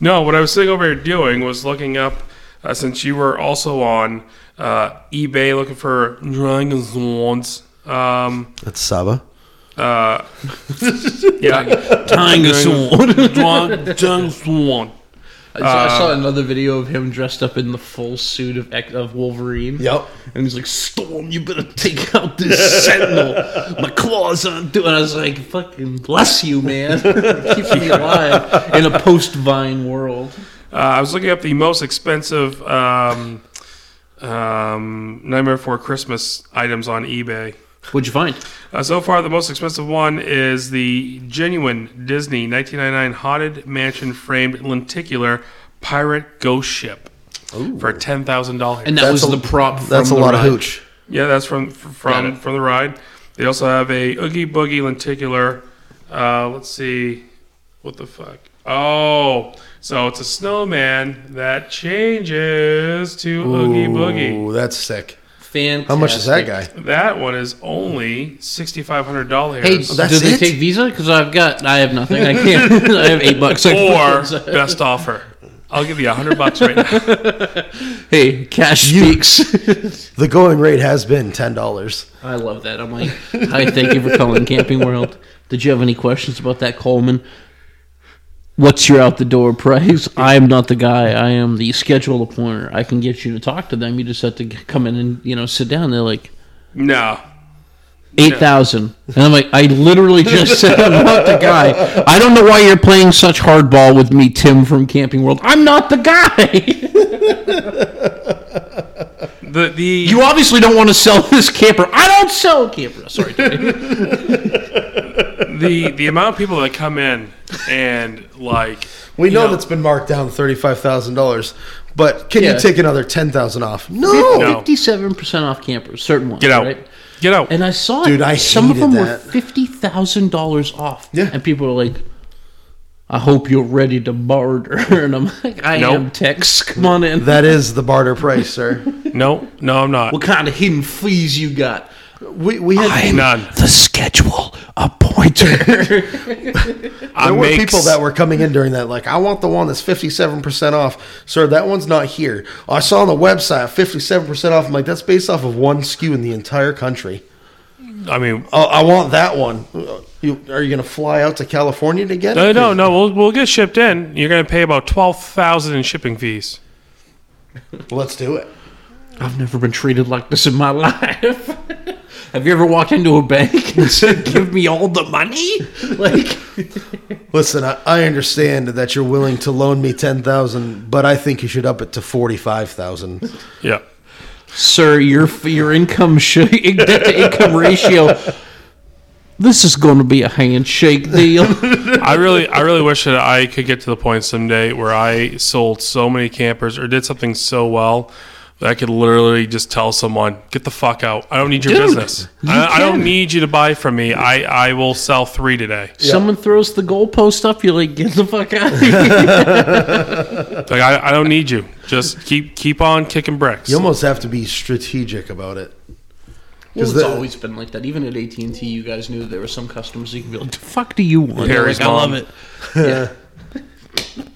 S4: No, what I was sitting over here doing was looking up, uh, since you were also on uh, eBay looking for Dragon's Wands. Um,
S2: That's Saba.
S4: uh, yeah,
S1: [laughs] Tying a sword. [laughs]
S4: Dragon's Wand.
S1: I saw, I
S4: Uh,
S1: saw another video of him dressed up in the full suit of X- of Wolverine.
S2: Yep.
S1: And he's like, Storm, you better take out
S4: [laughs]
S1: this sentinel. My claws aren't doing. I was like, fucking bless you, man. [laughs] Keeps me alive in a post Vine world.
S4: Uh, I was looking up the most expensive um, um, Nightmare Before Christmas items on eBay.
S1: What'd you find?
S4: Uh, so far, the most expensive one is the genuine Disney 1999 Haunted Mansion framed lenticular pirate ghost ship for ten thousand dollars.
S1: And that
S2: That's
S1: was
S2: a-
S1: the prop. From
S2: That's a
S1: the
S2: lot
S1: ride.
S2: of hooch.
S4: Yeah, that's from from from the ride. They also have a Oogie Boogie lenticular. Uh, let's see, what the fuck? Oh, so it's a snowman that changes to Oogie Boogie.
S2: Ooh, that's sick.
S1: Fantastic.
S2: How much is that guy?
S4: That one is only sixty five hundred dollars.
S1: Hey,
S2: that's
S1: do they
S2: it?
S1: take Visa? Because I've got, I have nothing. I can't. [laughs] I have eight bucks. I
S4: or
S1: [laughs]
S4: [laughs]
S1: can't-
S4: best offer. I'll give you a hundred bucks right now.
S1: hey, cash speaks. [laughs]
S2: The going rate has been ten dollars.
S1: I love that. I'm like, hi, thank you for calling Camping World. Did you have any questions about that, Coleman? What's your out the door price? I am not the guy. I am the schedule appointer. I can get you to talk to them. You just have to g- come in and you know sit down. They're like
S4: No.
S1: eight thousand, and I'm like, I literally just said I'm not the guy. I don't know why you're playing such hardball with me, Tim from Camping World. I'm not the guy. [laughs]
S4: The the
S1: You obviously don't want to sell this camper. I don't sell campers. Sorry, Tony.
S4: the the amount of people that come in and like
S2: We know,
S4: know-
S2: that's been marked down thirty five thousand dollars, but can
S1: Yeah.
S2: you take another ten thousand off? [laughs] No.
S4: [laughs] No.
S1: fifty-seven percent off campers, certain ones.
S4: get out.
S1: Right?
S4: Get out.
S1: And I saw
S2: Dude,
S1: it.
S2: I
S1: some of them
S2: hated that.
S1: were fifty thousand dollars off.
S2: Yeah.
S1: and people were like, "I hope you're ready to barter." [laughs] And I'm like, "I
S4: Nope.
S1: am Tex. Come on in.
S2: That is the barter price, sir.
S4: no, no, I'm not.
S1: what kind of hidden fees you got?"
S2: We we had
S4: None.
S1: The schedule [laughs] appointer.
S4: I
S2: There were
S4: make
S2: people
S4: s-
S2: that were coming in during that, like, I want the one that's 57% off. Sir, that one's not here. I saw on the website 57% off. I'm like, that's based off of one SKU in the entire country.
S4: I mean,
S2: Oh, I want that one. Uh, You, are you going to fly out to California to get
S4: no,
S2: it?
S4: no, no. We'll we'll get shipped in. You're gonna pay about twelve thousand in shipping fees.
S2: Let's do it.
S1: I've never been treated like this in my life. [laughs] Have you ever walked into a bank and said, "Give me all the money"? [laughs] Like,
S2: Listen, I, I understand that you're willing to loan me ten thousand, but I think you should up it to forty-five thousand.
S4: Yeah.
S1: sir, your your income sh- [laughs] debt to income ratio. This is going to be a handshake [laughs]
S4: [laughs]
S1: deal.
S4: I really, I really wish that I could get to the point someday where I sold so many campers or did something so well that I could literally just tell someone, "Get the fuck out! I don't need your
S1: Dude,
S4: business.
S1: you
S4: I, I
S1: can.
S4: don't need you to buy from me. I, I will sell three today.
S1: Someone throws the goalpost up, you're like, "Get the fuck out!" of here.
S4: Like I, I don't need you. Just keep, keep on kicking bricks.
S2: You almost have to be strategic about it.
S1: Well,
S2: Is
S1: it's
S2: that-
S1: always been like that. Even at AT and T, you guys knew there were some customers you could be like, "The fuck do you want?" They're
S4: Perry's
S1: like, I love
S4: mom.
S1: it. Yeah. [laughs]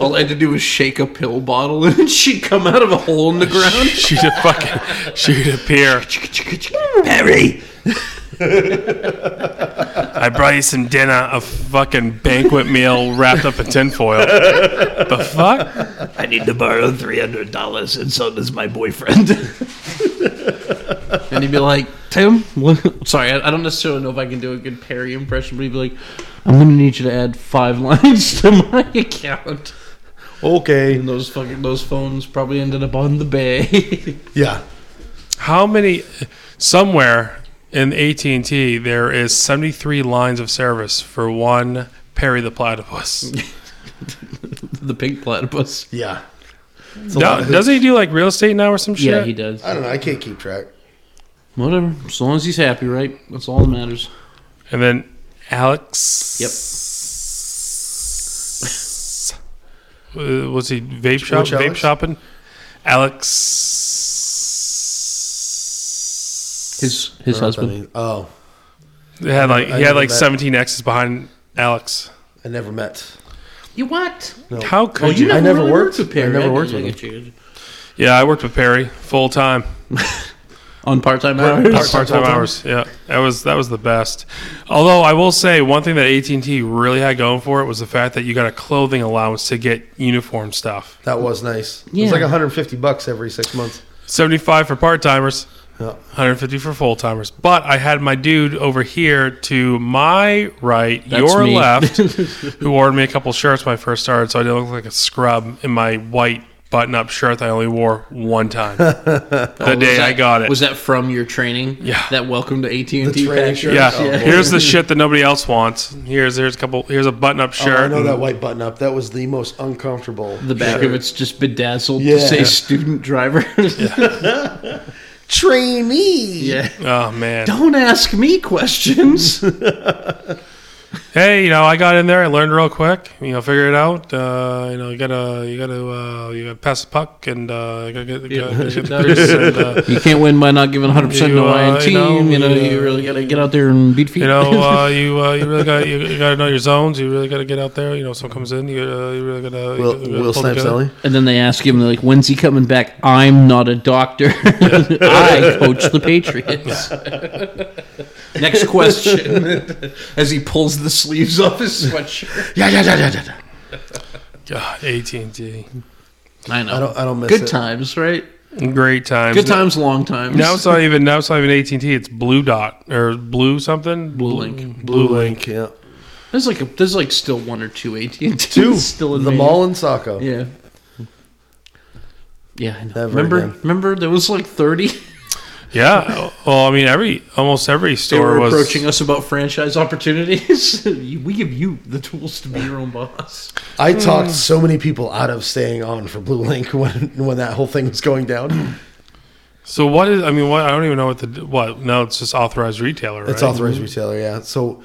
S1: All I had to do was shake a pill bottle, and [laughs] she'd come out of a hole in the
S4: [laughs]
S1: ground.
S4: She'd a fucking, she'd appear.
S1: [laughs] Perry.
S4: I brought you some dinner, a fucking banquet meal wrapped up in tinfoil. the fuck?
S1: I need to borrow three hundred dollars, and so does my boyfriend. and he'd be like, "Tim, what- sorry, I I don't necessarily know if I can do a good Perry impression, but he'd be like, I'm gonna need you to add five [laughs] lines to my account."
S2: Okay.
S1: And those fucking those phones probably ended up on the bay. [laughs]
S2: Yeah.
S4: How many? Somewhere in AT and T, there is seventy-three lines of service for one Perry the
S1: [laughs]
S4: Platypus.
S1: the pink platypus.
S2: Yeah. It's a lot
S4: No,
S2: of
S4: doesn't he
S2: hoops.
S4: do like real estate now or some shit?
S1: Yeah, he does.
S2: I don't know. I can't keep track.
S1: Whatever. As long as he's happy, right? That's all that matters.
S4: And then Alex.
S1: Yep.
S4: Uh, was he vape shop?
S2: which
S4: Vape
S2: Alex?
S4: shopping. Alex.
S1: His his
S2: I don't know what
S1: husband.
S2: that means. Oh,
S4: They had like he
S2: never
S4: had like
S2: met.
S4: seventeen X's behind Alex.
S2: I never met.
S1: You what?
S4: How
S1: Oh,
S4: could you?
S2: you- I never worked-
S1: with
S2: I never
S1: Perry.
S2: worked
S1: get
S2: with
S1: you, I get you.
S4: Yeah, I worked with Perry full time,
S1: On part time
S2: part-
S1: hours.
S4: part time
S2: full-time?
S4: hours. Yeah, that was that was the best. Although I will say one thing that AT and T really had going for it was the fact that you got a clothing allowance to get uniform stuff.
S2: That was nice. It
S1: Yeah.
S2: was like 150 bucks every six months.
S4: Seventy five for part timers.
S2: Yeah.
S4: 150 for full timers, but I had my dude over here to my right, your
S1: me. [laughs]
S4: left, who ordered me a couple shirts when I first started, so I didn't look like a scrub in my white button-up shirt that I only wore one
S2: [laughs]
S4: time. the day I got it,
S1: Oh, Was that from your training?
S4: Yeah.
S1: That welcome to AT and
S2: The
S1: T
S2: training
S1: package.
S2: shirt?
S4: yeah.
S2: Oh, boy.
S4: here's the shit that nobody else wants. Here's here's a couple. Here's a button-up
S2: Oh, I
S4: shirt.
S2: know that white button up. That was the most uncomfortable.
S1: [laughs] The back of it's just bedazzled
S2: Yeah.
S1: to say student driver. [laughs]
S2: trainee.
S1: yeah.
S4: oh man.
S1: Don't ask me questions.
S4: Hey, you know, I got in there. I learned real quick. You know, figure it out. Uh, you know, you gotta you gotta uh, you gotta pass the puck and uh, you gotta get,
S1: Yeah.
S4: gotta get
S1: [laughs]
S4: the crease and, uh,
S1: you can't win by not giving 100% to
S4: You, uh,
S1: my team.
S4: you know,
S1: you know,
S4: you,
S1: you
S4: uh,
S1: really got to get out there and beat feet.
S4: You
S1: [laughs]
S4: know, uh, you uh, you really got you, you got to know your zones. You really got to get out there. You know, if someone comes in, you, uh, you really got to.
S2: Will,
S4: you gotta
S2: Will
S4: pull
S2: Snipes
S4: together.
S2: Ellie.
S1: And then they ask him, they're like, when's he coming back? I'm not a
S2: [laughs]
S1: doctor. I coach the Patriots. Next question. [laughs] As he pulls the sleeves off his sweatshirt.
S2: Yeah, yeah, yeah, yeah, yeah, yeah.
S4: God, AT and T,
S1: I know.
S2: I don't. I don't miss
S1: Good
S2: it.
S1: times, right?
S4: great times.
S1: Good times, long times.
S4: Now it's not even now it's not even AT and T. It's Blue Dot or Blue something.
S1: Blue Link.
S4: Blue, Link.
S2: Link. Yeah.
S1: there's like a, there's like still one or two AT&Ts [laughs] still in
S2: the
S1: Maine.
S2: mall in Saco.
S1: Yeah. Yeah, I know.
S2: Never
S1: remember,
S2: again.
S1: remember, there was like
S2: [laughs]
S1: thirty.
S4: Yeah. Well, I mean, every almost every
S1: They
S4: store
S1: were
S4: was
S1: approaching us about franchise opportunities. [laughs] we give you the tools to be your own boss.
S2: I talked so many people out of staying on for Blue Link [laughs] when when that whole thing was going down.
S4: So what is? I mean, what I don't even know what the what. No, it's just authorized retailer.
S2: It's
S4: right?
S2: authorized retailer, yeah. So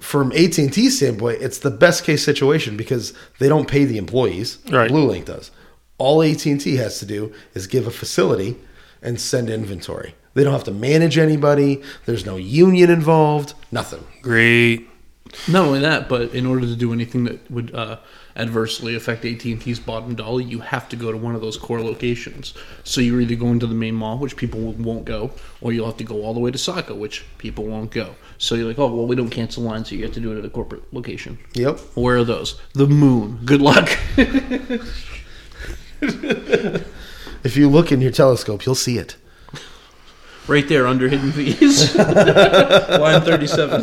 S2: from AT and T standpoint, it's the best case situation because they don't pay the employees.
S4: Right.
S2: Blue Link does. All AT and T has to do is give a facility and send inventory. They don't have to manage anybody. There's no union involved. Nothing.
S4: Great.
S1: Not only that, but in order to do anything that would uh, adversely affect AT and T's bottom dollar, you have to go to one of those core locations. So you're either going to the main mall, which people w- won't go, or you'll have to go all the way to Saco, which people won't go. So you're like, oh well, we don't cancel lines, so you have to do it at a corporate location.
S2: Yep.
S1: Where are those? The moon. Good luck. [laughs]
S2: If you look in your telescope, you'll see it.
S1: Right there under hidden fees. Line 37.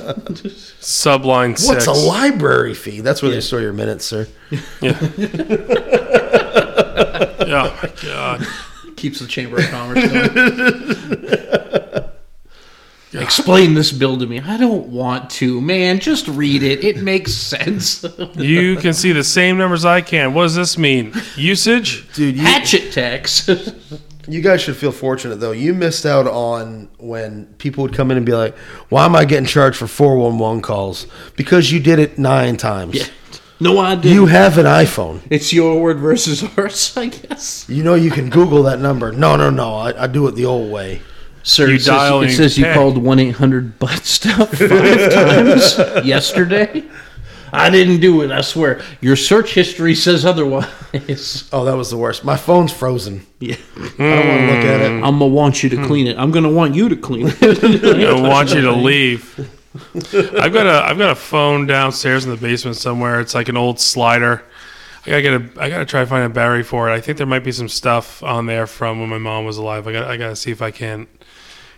S4: Subline six.
S2: What's a library fee? That's where they store your minutes, sir.
S4: Yeah, Oh my God.
S1: Keeps the Chamber of Commerce going. Explain this bill to me. I don't want to, man. Just read it. It makes sense.
S4: You can see the same numbers I can. What does this mean? Usage?
S2: Dude, you,
S1: Hatchet tax.
S2: you guys should feel fortunate, though. You missed out on when people would come in and be like, why am I getting charged for 411 calls? Because you did it nine times.
S1: [laughs] no idea.
S2: You have an iPhone.
S1: It's your word versus ours, [laughs] I guess.
S2: You know you can Google that number. No, no, no. I, I do it the old way.
S1: Sir,
S4: You
S1: it
S4: dial
S1: says, it
S4: and
S1: says you
S4: pay.
S1: called 1 800 butt stuff five times yesterday. I didn't do it, I swear. Your search history says otherwise.
S2: Oh, that was the worst. My phone's frozen.
S1: Yeah.
S2: I don't want to look at it.
S1: I'm going to want you to clean it. I'm going to want you to clean it.
S4: I want you to leave. I've got a I've got a phone downstairs in the basement somewhere. It's like an old slider. I gotta get a I gotta try to find a battery for it. I think there might be some stuff on there from when my mom was alive. I got I gotta see if I can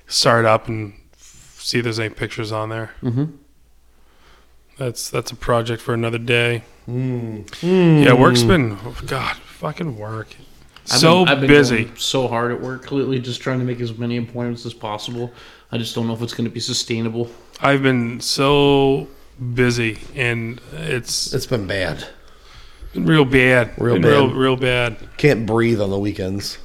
S4: start up and see if there's any pictures on there. Mm-hmm. That's that's a project for another day.
S1: Hmm.
S4: Yeah, work's been oh, God fucking work. So
S1: I've been
S4: busy.
S1: going so hard at work lately, just trying to make as many appointments as possible. I just don't know if it's going to be sustainable.
S4: I've been so busy, and it's
S2: It's been bad.
S4: Real bad.
S2: Real
S4: Real,
S2: bad.
S4: real bad.
S2: Can't breathe on the weekends.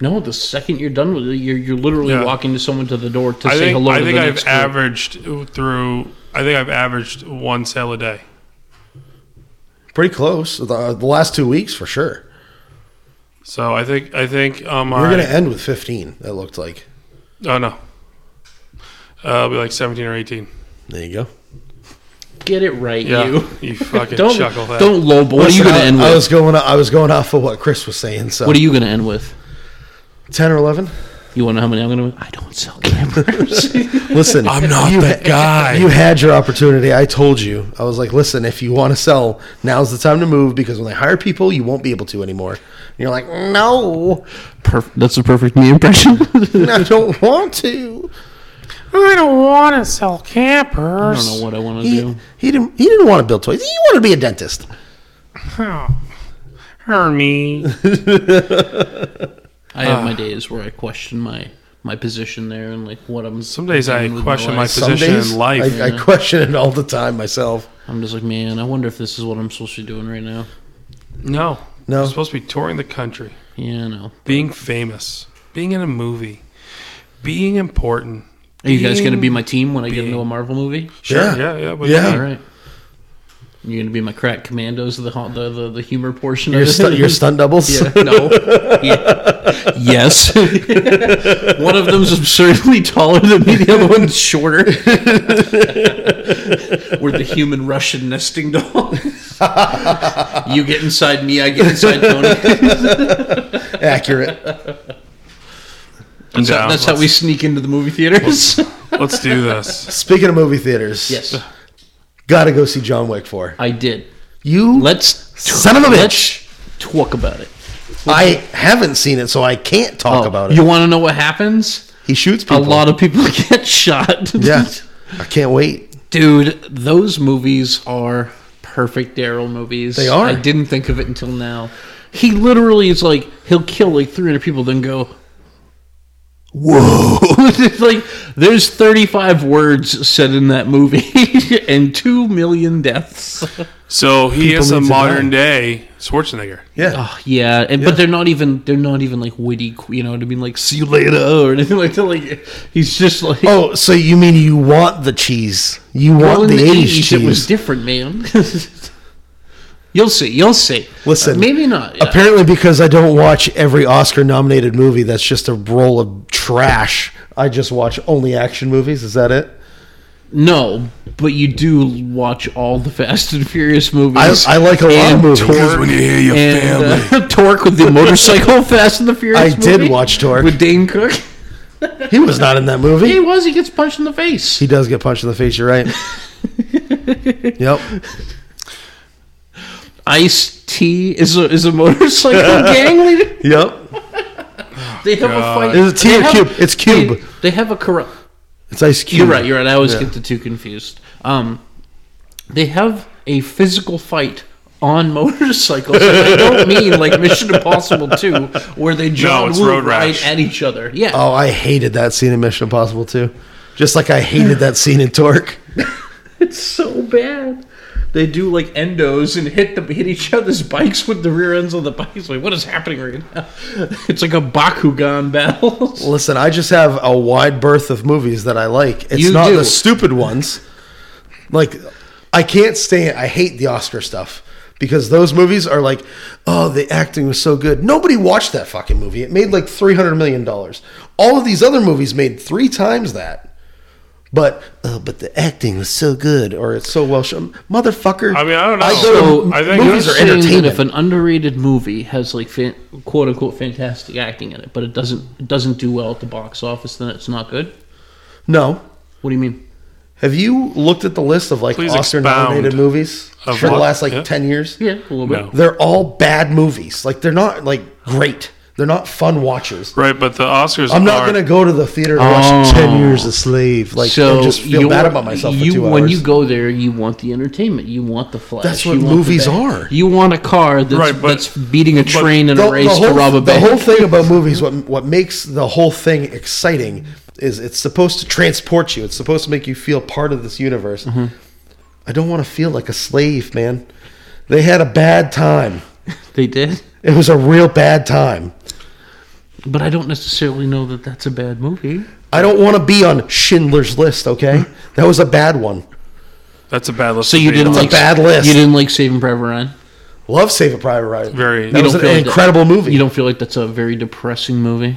S1: No, the second you're done with it, you're, you're literally
S4: Yeah.
S1: walking to someone to the door to
S4: I
S1: say
S4: think,
S1: hello
S4: I
S1: to
S4: think
S1: the
S4: I've
S1: next group.
S4: averaged through. I think I've averaged one sale a day.
S2: Pretty close. The, uh, the last two weeks for sure.
S4: So I think I think um,
S2: We're
S4: my
S2: gonna end with 15. It looked like.
S4: oh no, uh, it'll be like seventeen or eighteen.
S2: There you go.
S1: Get it right,
S4: Yeah,
S1: you.
S4: [laughs] you, fucking
S1: Don't,
S4: chuckle that.
S1: don't lowball. What are you
S2: Listen,
S1: going to
S2: I-
S1: end
S2: I
S1: with?
S2: was uh, going. I was going off of what Chris was saying. So
S1: What are you going to end with?
S2: 10 or 11?
S1: You want to know how many I'm going to? I don't sell
S2: [laughs]
S1: cameras. [laughs]
S2: Listen, I'm not you, [laughs] that guy. You had your opportunity. I told you. I was like, listen, if you want to sell, now's the time to move because when they hire people, you won't be able to anymore. And you're like, no,
S1: Perf- That's a perfect me
S2: [laughs]
S1: impression. I
S2: I don't [laughs] want to.
S4: I don't want to sell campers.
S1: don't know what I want to
S2: He,
S1: do.
S2: he didn't. He didn't want to build toys. He wanted to be a dentist.
S4: Hermie.
S1: I have
S4: Ah.
S1: my days where I question my my position there and like what I'm.
S4: Some days
S1: doing
S4: I
S1: with
S4: question my
S1: life.
S2: Some
S4: position
S2: days,
S4: in life.
S2: I, I question it all the time myself.
S1: I'm just like, man, I wonder if this is what I'm supposed to be doing right now.
S4: no,
S2: No.
S4: I'm supposed to be touring the country,
S1: Yeah, I know.
S4: being famous, being in a movie, being important.
S1: Are you guys gonna be
S4: Being-
S1: my team when I get into a
S4: being-
S1: Marvel movie?
S4: Sure.
S2: Yeah.
S4: Yeah. Yeah. Yeah. but-
S2: Yeah.
S1: All right. You're gonna be my crack commandos, the hon- the the, the humor portion
S2: Your,
S1: of
S2: stu-
S1: it. [laughs]
S2: your stunt doubles.
S1: yeah, no. Yeah. Yes. [laughs] one of them's absurdly taller than me. The other one's shorter. [laughs] We're the human Russian nesting doll. [laughs] you get inside me, I get inside Tony.
S2: [laughs] Accurate.
S1: That's, how,
S4: Yeah,
S1: that's how we sneak into the movie theaters.
S4: Let's do this.
S2: Speaking of movie theaters,
S1: yes,
S2: gotta go see John Wick four.
S1: [laughs] I did.
S2: You
S1: Let's
S2: son of a
S1: let's
S2: bitch!
S1: talk about it.
S2: I haven't seen it, so I can't talk
S1: Oh,
S2: about it.
S1: You want to know what happens?
S2: he shoots people.
S1: A lot of people [laughs] get shot.
S2: yeah. I can't wait.
S1: [laughs] Dude, those movies are perfect Daryl movies.
S2: They are.
S1: I didn't think of it until now. He literally is like, he'll kill like 300 people, then go, Whoa. [laughs] it's like, there's 35 words said in that movie [laughs] and 2 million deaths.
S4: So he is a
S2: need to know.
S4: modern day Schwarzenegger.
S2: Yeah,
S1: Oh, [sighs] yeah, and, but they're not even they're not even like witty, you know what I mean? Like see you later [laughs] or anything like that. Like he's just like
S2: Oh, so you mean you want the cheese? You want
S1: Well, in
S2: the, '80s cheese?
S1: it was different, man. [laughs] you'll see. You'll see.
S2: Listen,
S1: Uh, maybe not. Uh,
S2: Apparently, because I don't watch every Oscar-nominated movie, that's just a roll of trash. I just watch only action movies. Is that it?
S1: no, but you do watch all the [laughs] Fast and Furious
S2: I,
S1: movies.
S2: I like a lot of
S1: And
S2: movies.
S1: Torque
S5: when you hear your
S1: and
S5: family.
S1: uh, [laughs] Torque with
S2: [laughs]
S1: the motorcycle Fast and the Furious.
S2: I did
S1: movie
S2: watch Torque.
S1: with Dane Cook. [laughs]
S2: He was not in that
S1: He
S2: movie.
S1: was. He gets punched in the face.
S2: He does get punched in the face.
S1: [laughs]
S2: You're right. yep. [laughs]
S1: Ice T is a is a motorcycle gang leader.
S2: Yep.
S1: They have a
S4: God.
S1: fight.
S2: It's a T
S1: they
S2: or
S1: have-
S2: cube. It's cube.
S1: They, they have a corrupt.
S2: It's Ice Cube.
S1: You're right. You're right. I always
S2: Yeah.
S1: get the two confused. Um, they have a physical fight on [laughs] motorcycles. and I don't mean like Mission Impossible Two, where they John
S4: it's
S1: Woo
S4: Road
S1: ride
S4: Rash.
S1: at each other. Yeah.
S2: Oh, I hated that scene in Mission Impossible too. Just like I hated that scene in Torque.
S1: It's so bad. They do like endos and hit the hit each other's bikes with the rear ends of the bikes. Like, what is happening right now? [laughs] It's like a Bakugan battle.
S2: Listen, I just have a wide berth of movies that I like. It's
S1: You
S2: not
S1: do.
S2: the stupid ones. Like I can't stand I hate the Oscar stuff because those movies are like, oh, the acting was so good. Nobody watched that fucking movie. It made like 300 million dollars. All of these other movies made 3 times that. But uh, but the acting was so good or it's so well shown. Motherfucker.
S4: I mean, I don't know.
S2: go to
S4: So, I think
S2: movies
S4: you're
S2: are
S1: saying that
S2: entertainment.
S1: If an underrated movie has like fan, quote unquote fantastic acting in it, but it doesn't it doesn't do well at the box office, then it's not good.
S2: no.
S1: What do you mean?
S2: Have you looked at the list of like
S4: Please
S2: Oscar
S4: expound.
S2: nominated movies for
S4: Of
S2: the
S4: what?
S2: last like
S4: Yeah.
S2: 10 years?
S1: Yeah, a little
S4: No.
S1: bit.
S2: They're all bad movies. Like they're not like great. They're not fun watchers.
S4: Right, but the Oscars.
S2: I'm not
S4: are-
S2: going to go to the theater to watch 10 years a slave like and just feel
S1: you're-
S2: bad about myself
S1: Oh. You,
S2: for 2 hours.
S1: when you go there, you want the entertainment. You want the flash.
S2: That's
S1: you
S2: what
S1: want the
S2: movies
S1: bang.
S2: are.
S1: You want a car that's,
S4: Right, but-
S1: that's beating a
S4: but-
S1: train in
S2: the,
S1: a
S2: the
S1: race
S2: whole,
S1: to rob a
S2: the
S1: bank.
S2: whole thing about movies what what makes the whole thing exciting is it's supposed to transport you. It's supposed to make you feel part of this universe.
S1: Mm-hmm.
S2: I don't want to feel like a slave, man. They had a bad time.
S1: they did,
S2: It was a real bad time.
S1: but I don't necessarily know that that's a bad movie.
S2: I don't want to be on Schindler's List, okay? That was a bad one.
S4: That's a bad list.
S1: So
S4: to
S1: you
S4: be
S1: didn't
S4: on.
S2: It's a
S1: like
S2: bad list.
S1: You didn't like Saving Private Ryan.
S2: Love Save a Private Ryan.
S4: Very-
S2: That
S4: You
S2: was
S1: don't
S2: an
S1: feel like that-
S2: incredible movie.
S1: You don't feel like that's a very depressing movie.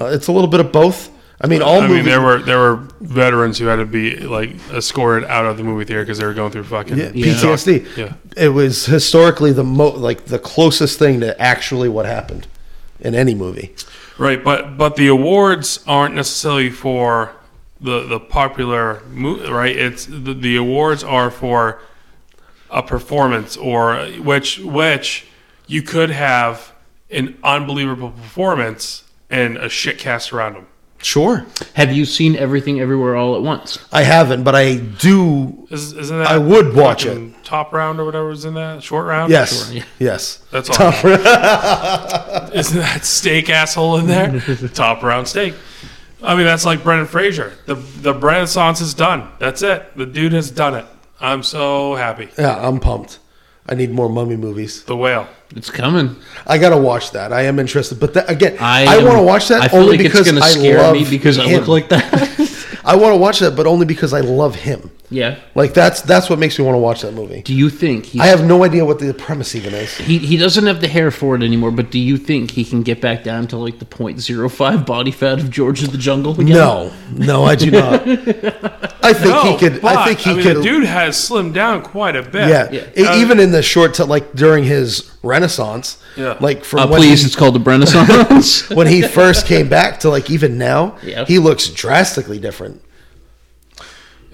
S2: Uh, it's a little bit of both. I mean, all
S4: I mean,
S2: movies.
S4: there were there were veterans who had to be like escorted out of the movie theater because they were going through fucking
S2: Yeah,
S4: shock.
S2: PTSD.
S4: Yeah.
S2: It was historically the mo- like the closest thing to actually what happened in any movie.
S4: Right, but but the awards aren't necessarily for the the popular movie, right? It's the, the awards are for a performance or which which you could have an unbelievable performance and a shit cast around them.
S2: Sure,
S1: Have you seen Everything Everywhere All at Once?
S2: I haven't, but I do.
S4: Is, isn't that
S2: I would watch
S4: fucking top round or whatever was in that short round?
S2: Yes,
S1: Sure, yeah.
S2: yes.
S4: That's all. [laughs] Isn't that steak asshole in
S2: [laughs]
S4: there? Top round steak. I mean, that's like Brendan Fraser. The the Renaissance is done. That's it. The dude has done it. I'm so happy.
S2: Yeah, I'm pumped. I need more mummy movies.
S4: The whale.
S1: It's coming.
S2: I gotta watch that. I am interested, but that, again, I,
S1: am-
S2: want to watch that
S1: I feel
S2: only
S1: like
S2: because
S1: it's gonna
S2: I
S1: scare
S2: love
S1: me because I
S2: him.
S1: look like that.
S2: [laughs] I want to watch that, but only because I love him.
S1: yeah.
S2: Like that's that's what makes me want to watch that movie.
S1: Do you think he
S2: I have no idea what the premise even is.
S1: he he doesn't have the hair for it anymore? But do you think he can get back down to like the .05 body fat of George of the Jungle? Again?
S2: No, no, I
S1: [laughs]
S2: do not. I think
S4: No,
S2: he could.
S4: but,
S2: I think he
S4: mean,
S2: could.
S4: The dude has slimmed down quite a bit.
S2: yeah, E-
S4: Uh,
S2: even in the short, t- like during his renaissance,
S4: Yeah.
S2: like from
S1: Uh,
S2: when
S1: please, [laughs]
S2: he-
S1: it's called the Renaissance.
S2: when he first came back to like even now,
S1: Yeah.
S2: he looks drastically different.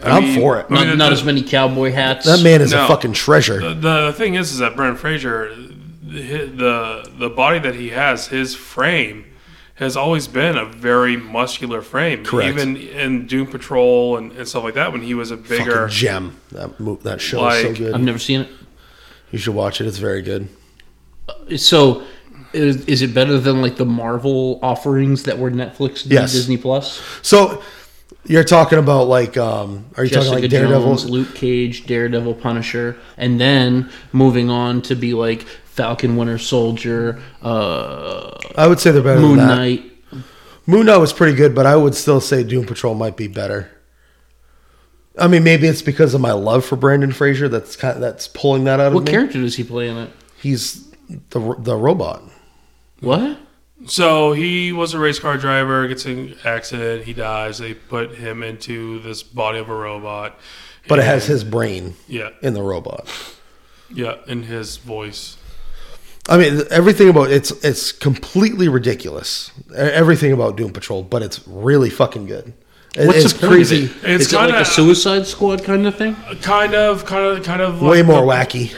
S4: I
S2: I'm
S4: mean,
S2: for it.
S4: I mean,
S1: [laughs] not,
S4: the-
S1: not as many cowboy hats.
S2: That man is
S4: No.
S2: a fucking treasure.
S4: The, the thing is, is that Brendan Fraser, the, the the body that he has, his frame has always been a very muscular frame.
S2: Correct.
S4: Even in Doom Patrol and, and stuff like that, when he was a bigger.
S2: fucking gem. That mo- that show is so
S4: Like-
S2: good.
S1: I've never seen it.
S2: you should watch it. It's very good.
S1: So, is, is it better than like the Marvel offerings that were Netflix and
S2: Yes.
S1: Disney Plus?
S2: So you're talking about like, um, are you
S1: Jessica
S2: talking like Daredevil?
S1: Jones, Luke Cage, Daredevil, Punisher, and then moving on to be like Falcon, Winter Soldier, uh,
S2: I would say they're better
S1: Moon
S2: than Oh, that.
S1: Knight.
S2: Moon Knight was pretty good, but I would still say Doom Patrol might be better. I mean, maybe it's because of my love for Brandon Fraser that's kind that's pulling that out of
S1: What
S2: me.
S1: character does he play in it?
S2: He's the ro- the robot.
S1: What?
S4: So he was a race car driver, gets in an accident, he dies. They put him into this body of a robot.
S2: But it has his brain
S4: Yeah,
S2: in the robot.
S4: yeah, in his voice.
S2: I mean, everything about it's it's completely ridiculous. E- Everything about Doom Patrol, but it's really fucking good. It-
S1: What's
S2: it's
S1: the point of it?
S2: crazy,
S4: It's
S1: Is it like
S4: kinda-
S1: a Suicide Squad kind of thing?
S4: Kind of, kind of, kind of.
S2: way
S4: like
S2: more
S4: the-
S2: wacky.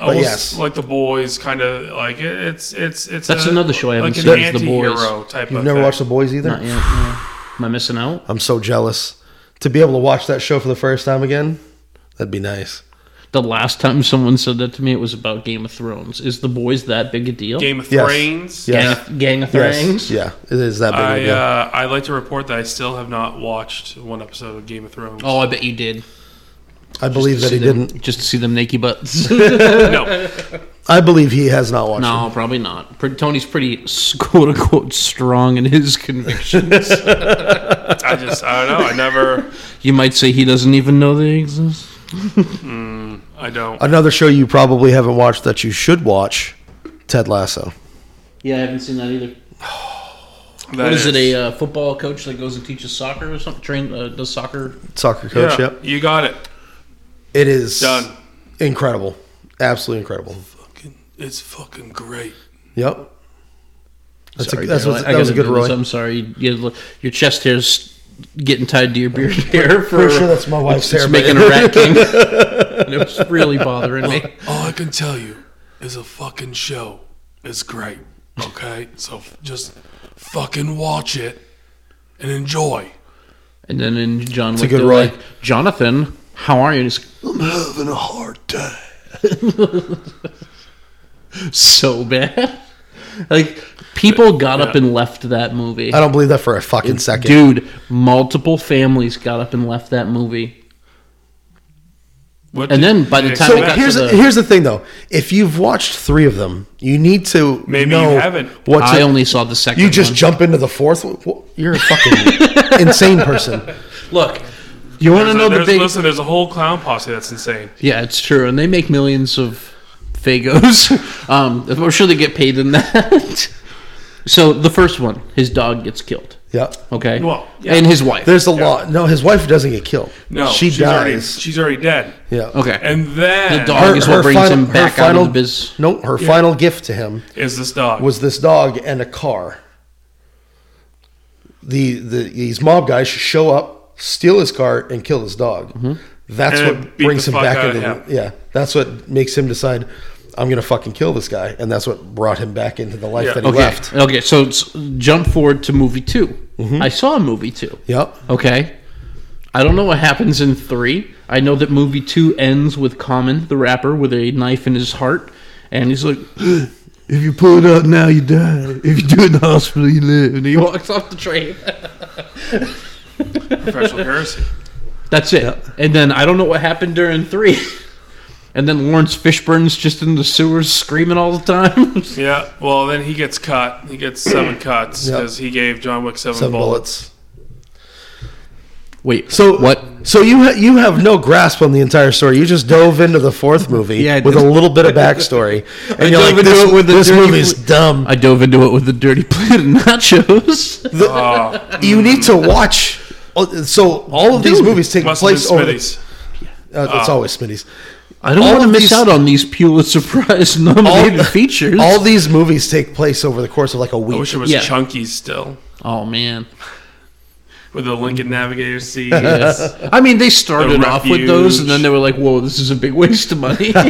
S4: almost
S2: yes.
S4: like Oh, the boys, kind of like it, it's it's it's.
S1: That's
S4: a-
S1: another show I haven't
S4: like
S1: seen,
S4: An
S1: is The Boys.
S4: anti-hero type.
S2: You've
S4: of
S2: never
S4: thing.
S2: watched The Boys either?
S1: Not yet. no. Am I missing out?
S2: I'm so jealous. To be able to watch that show for the first time again, that'd be nice.
S1: The last time someone said that to me, it was about Game of Thrones. Is the boys that big a deal?
S4: Game of
S2: Yes.
S4: Thrones.
S2: Yes.
S1: Gang, of, Gang of
S2: Yes.
S1: Thrones.
S2: Yeah, it is that big of a
S4: I
S2: deal.
S4: uh, I like to report that I still have not watched one episode of Game of Thrones.
S1: Oh, I bet you did.
S2: I believe that
S1: To
S2: he
S1: see them-
S2: didn't.
S1: Just to see them naked butts. [laughs]
S4: no,
S2: I believe he has not watched
S1: no, probably not. Pre- Tony's pretty s- [laughs] quote unquote strong in his [laughs] convictions.
S4: I just I don't know. I never.
S1: you might say he doesn't even know they exist.
S4: I don't.
S2: it. Another show you probably haven't watched that you should watch, Ted Lasso.
S1: Yeah, I haven't seen that either.
S4: That
S1: What is it? A uh, football coach that goes and teaches soccer or something? Train uh, does soccer?
S2: Soccer
S4: Yeah,
S2: coach, yep.
S4: You got it.
S2: It is
S4: Done.
S2: incredible. Absolutely incredible.
S4: It's fucking great.
S2: Yep. That's
S1: Sorry,
S2: a, that's
S1: Daryl,
S2: what,
S1: I- I
S2: that was a
S1: gotta
S2: good
S1: do this.
S2: Roy.
S1: I'm sorry, you, you- your chest hair's getting tied to your
S2: [laughs]
S1: beard hair. For,
S2: Pretty sure that's my wife's hair.
S1: it's
S2: but-
S1: making a
S2: [laughs]
S1: rat king. and it was really bothering me.
S4: All I can tell you is a fucking show is great. Okay, so f- just fucking watch it and enjoy.
S1: And then in John
S2: a
S1: Wick,
S2: good
S1: they're
S2: Roy.
S1: like, Jonathan, how are you? And he's
S4: I'm having a hard day.
S1: so bad. [laughs] Like people got up and left that movie.
S2: I don't believe that for a fucking second.
S1: Dude, multiple families got up and left that movie.
S4: What
S1: And
S4: did-
S1: then by the
S4: did
S1: time
S4: you
S1: it
S2: So
S1: got
S4: expect?
S1: to
S2: here's
S1: the-
S2: the, here's the thing though. If you've watched three of them, you need to
S4: Maybe
S2: know
S4: you haven't.
S2: What
S1: I
S2: to-
S1: only saw the second.
S2: you just
S1: one.
S2: jump into the fourth. one? Wha- You're
S1: [laughs]
S2: a fucking insane person.
S1: look. You want to
S4: There's a-
S1: know the
S4: there's-
S1: big?
S4: listen, there's a whole clown posse that's insane.
S1: Yeah, it's true, and they make millions of fagos. [laughs] um, I'm sure they get paid in that. [laughs] so the first one, his dog gets killed.
S2: Yeah.
S1: Okay,
S4: Well, yeah.
S1: and his wife.
S2: There's a lot. No, his wife doesn't get killed.
S4: No,
S2: she
S4: she's Already,
S2: dies.
S4: she's already dead.
S2: yeah.
S1: okay,
S4: And then
S1: The dog- is what brings him back out of the biz.
S2: No, her final gift to him
S4: is this dog.
S2: was this dog and a car. The the these mob guys show up, steal his car, and kill his dog.
S1: Mm-hmm.
S2: That's
S4: And
S2: what
S4: beat
S2: brings
S4: the
S2: him
S4: fuck
S2: back
S4: out of
S2: into
S4: him.
S2: the, yeah. That's what makes him decide I'm gonna fucking kill this guy, and that's what brought him back into the life
S4: Yeah.
S2: that he
S1: okay,
S2: left.
S1: okay. So it's, jump forward to movie 2 I saw movie two.
S2: Yep.
S1: Okay. I don't know what happens in three. I know that movie two ends with Common, the rapper, with a knife in his heart, and he's like,
S2: [gasps] If you pull it out now, you die. If you do it in the hospital, you live.
S1: and he walks off the
S2: [laughs]
S1: train.
S4: professional heresy.
S1: That's it. And then I don't know what happened during three. [laughs] And then Lawrence Fishburne's just in the sewers screaming all the time. [laughs]
S4: Yeah. Well, then he gets cut. He gets seven cuts
S2: Yep.
S4: because he gave John Wick seven,
S2: Seven
S4: bullets.
S2: bullets.
S1: Wait,
S2: So
S1: what?
S2: So you ha- you have no grasp on the entire story. You just dove into the
S1: [laughs]
S2: fourth movie
S1: Yeah, I
S2: with a
S1: did.
S2: little
S1: [laughs]
S2: bit of backstory, and you're
S1: dove
S2: like,
S1: into
S2: "This,
S1: it with the
S2: this
S1: dirty
S2: movie's
S1: pl-
S2: dumb."
S1: I dove into it with the Dirty Planet nachos.
S2: The-
S4: Oh,
S2: you need to watch. oh, So all of these
S1: Dude.
S2: movies take
S4: must have been
S2: place over. The,
S4: Smitty's. Ah.
S2: uh, it's always Smitty's.
S1: I don't
S2: All
S1: want to
S2: of
S1: miss
S2: these-
S1: out on these Pulitzer Prize nominated
S2: [laughs] All-
S1: features.
S2: All these movies take place over the course of like a
S4: I
S2: week.
S4: wish it was
S1: Yeah.
S4: Chunky still
S1: oh man.
S4: with the Lincoln
S1: [laughs]
S4: Navigator seat.
S1: I mean, they started
S4: The
S1: off with those,
S4: Refuge.
S1: and then they were like, "Whoa, this is a big waste of money."
S4: [laughs]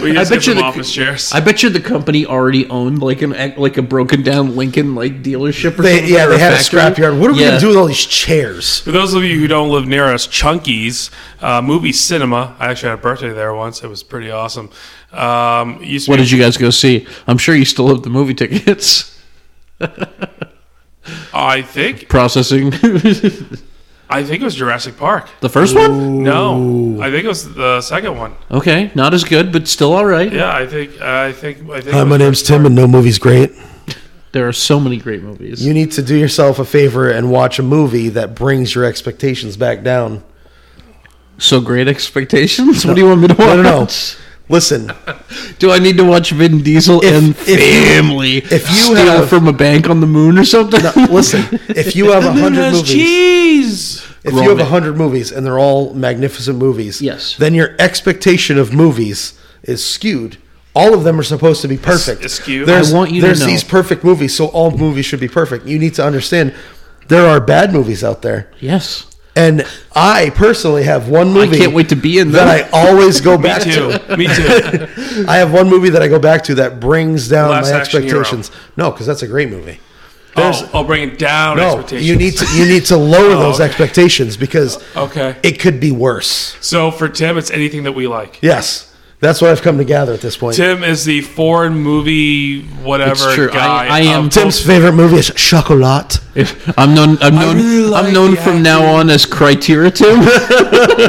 S4: We just
S1: I
S4: get
S1: bet you
S4: some
S1: the-
S4: office chairs.
S1: I bet you the company already owned like an like a broken down Lincoln like dealership. Or
S2: They,
S1: something,
S2: yeah,
S1: or
S2: they had a
S1: factory.
S2: scrapyard. What are we
S1: Yeah.
S2: gonna do with all these chairs?
S4: For those of you who don't live near us, Chunky's uh, movie cinema. I actually had a birthday there once. It was pretty awesome. Um, it used to
S1: What
S4: be-
S1: did you guys go see? I'm sure you still have the movie tickets. [laughs]
S4: I think.
S1: Processing [laughs] the
S4: I think it was Jurassic Park.
S1: first one.
S4: No, I think it was the second one.
S1: Okay, not as good, but still all right.
S4: Yeah, I think. I think. I think.
S2: Hi,
S4: it
S2: my
S4: was-
S2: name's Tim, and no movie's great.
S1: There are so many great movies.
S2: You need to do yourself a favor and watch a movie that brings your expectations back down.
S1: so great expectations. What do you want me to watch?
S2: No, no, no. Listen,
S1: Do I need to watch Vin Diesel
S2: If-
S1: and
S2: if you-
S1: Family
S2: if you
S1: steal
S2: have-
S1: from a bank on the moon or something? [laughs]
S2: listen. If you [laughs] have a hundred movies,
S1: cheese.
S2: if you have a hundred movies and they're all magnificent movies,
S1: Yes.
S2: then your expectation of movies is skewed. All of them are supposed to be perfect.
S4: It's skewed.
S2: There's,
S1: I want you to
S2: there's
S1: know.
S2: these perfect movies, so all movies should be perfect. You need to understand there are bad movies out there,
S1: yes.
S2: And I personally have one movie
S1: can't wait to be in
S2: that
S1: them.
S2: I always go
S4: [laughs] Me
S2: back
S4: too.
S2: to. [laughs]
S4: Me
S1: [laughs]
S4: too.
S2: I have one movie that I go back to that brings down
S4: Last
S2: my
S4: Action Hero.
S2: expectations. No, because that's a great movie.
S4: oh, I'll bring it down.
S2: No,
S4: expectations. Oh,
S2: you need to you need
S4: [laughs]
S2: to lower those
S4: okay.
S2: expectations because
S4: Okay.
S2: it could be worse.
S4: So for Tim, it's anything that we like.
S2: Yes, that's what I've come to gather at this point.
S4: Tim is the foreign movie whatever
S1: It's true. I-
S4: guy.
S1: I am
S4: of
S2: Tim's favorite movie is Chocolat.
S1: If- I'm known. I'm known.
S4: really like
S1: I'm known
S4: the
S1: from now on as Criteria Tim.
S2: [laughs]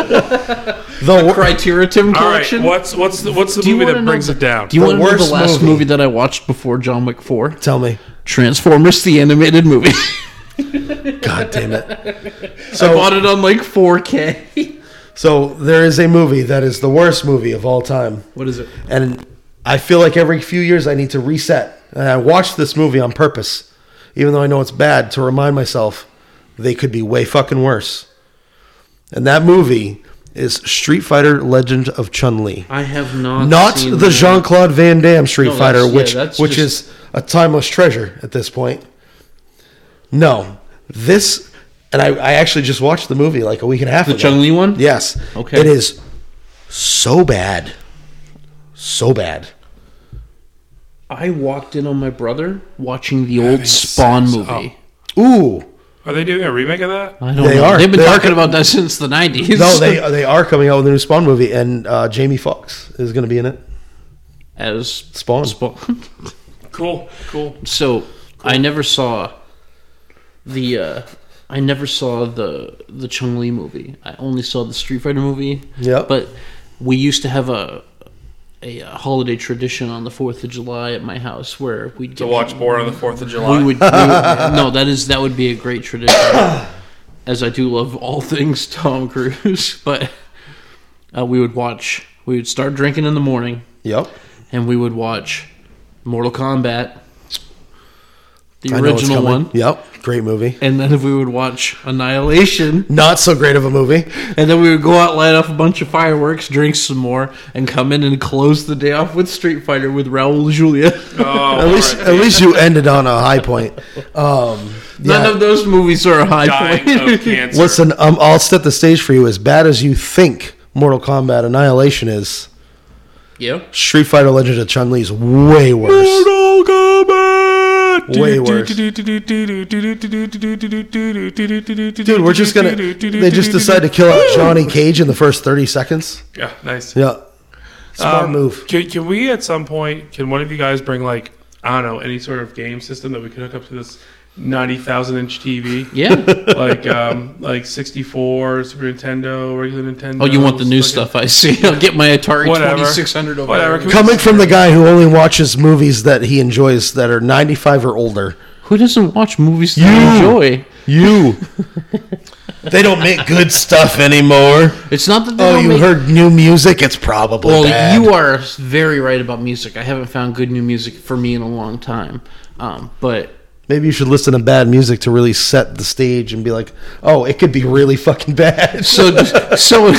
S2: The, wor-
S1: Criteria Tim
S4: All right,
S1: collection.
S4: what's what's the, what's the
S1: you
S4: movie
S1: wanna
S4: that
S1: know
S4: brings
S1: the-
S4: it down?
S1: Do you
S2: The
S1: want to know the
S2: worst
S1: last
S2: movie.
S1: movie. that I watched before John Wick 4?
S2: tell me,
S1: Transformers the animated movie. [laughs]
S2: God damn it!
S1: I [laughs]
S2: So
S1: bought it on like
S2: [laughs]
S1: 4K.
S2: So there is a movie that is the worst movie of all time,
S1: What is it?
S2: and I feel like every few years I need to reset. And I watched this movie on purpose, even though I know it's bad, to remind myself they could be way fucking worse. And that movie is Street Fighter: Legend of Chun Li,
S1: I have not.
S2: not
S1: seen
S2: the
S1: that.
S2: Jean Claude Van Damme Street
S1: No, that's-
S2: Fighter,
S1: yeah,
S2: which
S1: that's
S2: which
S1: just-
S2: is a timeless treasure at this point. No, this, and I, I actually just watched the movie like a week and a half
S1: The
S2: ago.
S1: Chung Li one?
S2: Yes.
S1: Okay.
S2: It is so bad. So bad.
S1: I walked in on my brother watching the old Spawn movie.
S2: Ooh.
S4: Are they doing a remake of that?
S1: I don't
S2: They
S1: know.
S2: are-
S1: They've been
S2: they are-
S1: talking about that since the 90s.
S2: No, they they are coming out with a new Spawn movie, and uh, Jamie Foxx is going to be in it.
S1: [laughs] As
S2: Spawn.
S1: Spawn.
S4: Cool, cool.
S1: So I never saw the uh, I never saw the the Chung Li movie. I only saw the Street Fighter movie.
S2: Yep.
S1: But we used to have a a uh, holiday tradition on the Fourth of July at my house where we
S4: To watch more on the Fourth of July.
S1: We would, we would no. That is that would be a great tradition. as I do love all things Tom Cruise, [laughs] but uh, we would watch. We would start drinking in the morning
S2: Yep.
S1: and we would watch Mortal Kombat, the
S2: I know it's
S1: original
S2: coming.
S1: one,
S2: Yep. Great movie.
S1: and then we would watch Annihilation,
S2: Not so great of a movie.
S1: and then we would go out, light off a bunch of fireworks, drink some more, and come in and close the day off with Street Fighter with Raul Julia.
S4: oh,
S2: At least at least you ended on a high point. Um,
S1: [laughs] None
S2: yeah.
S1: of those movies are a high [laughs]
S4: dying of
S1: point.
S4: cancer.
S2: Listen, um, I'll set the stage for you. As bad as you think Mortal Kombat Annihilation is,
S1: yeah.
S2: Street Fighter Legend of Chun Li is way worse.
S4: Mortal Kombat.
S2: Way worse. Dude,
S4: Dude,
S2: we're just gonna. They just decide to kill out Johnny Cage in the first 30 seconds.
S4: Yeah, nice.
S2: Yeah. Smart
S4: Um,
S2: move.
S4: Can, can we at some point? Can one of you guys bring like I don't know any sort of game system that we could hook up to this ninety thousand inch TV?
S1: Yeah.
S4: like um, like sixty four, Super Nintendo, regular Nintendo.
S1: Oh, you want the new
S4: fucking-
S1: stuff? I see. I'll get my Atari
S4: Whatever.
S1: twenty six hundred over.
S4: Whatever. Can
S1: there.
S4: we
S2: Coming from the guy who only watches movies that he enjoys that are 95 or older.
S1: Who doesn't watch movies to
S2: You.
S1: enjoy?
S2: You. [laughs] they don't make good stuff anymore.
S1: It's not that they
S2: Oh,
S1: don't
S2: you
S1: make-
S2: heard new music? It's probably
S1: Well,
S2: bad.
S1: you are very right about music. I haven't found good new music for me in a long time. Um, but
S2: Maybe you should listen to bad music to really set the stage and be like, oh, it could be really fucking bad. [laughs]
S1: so [laughs] so.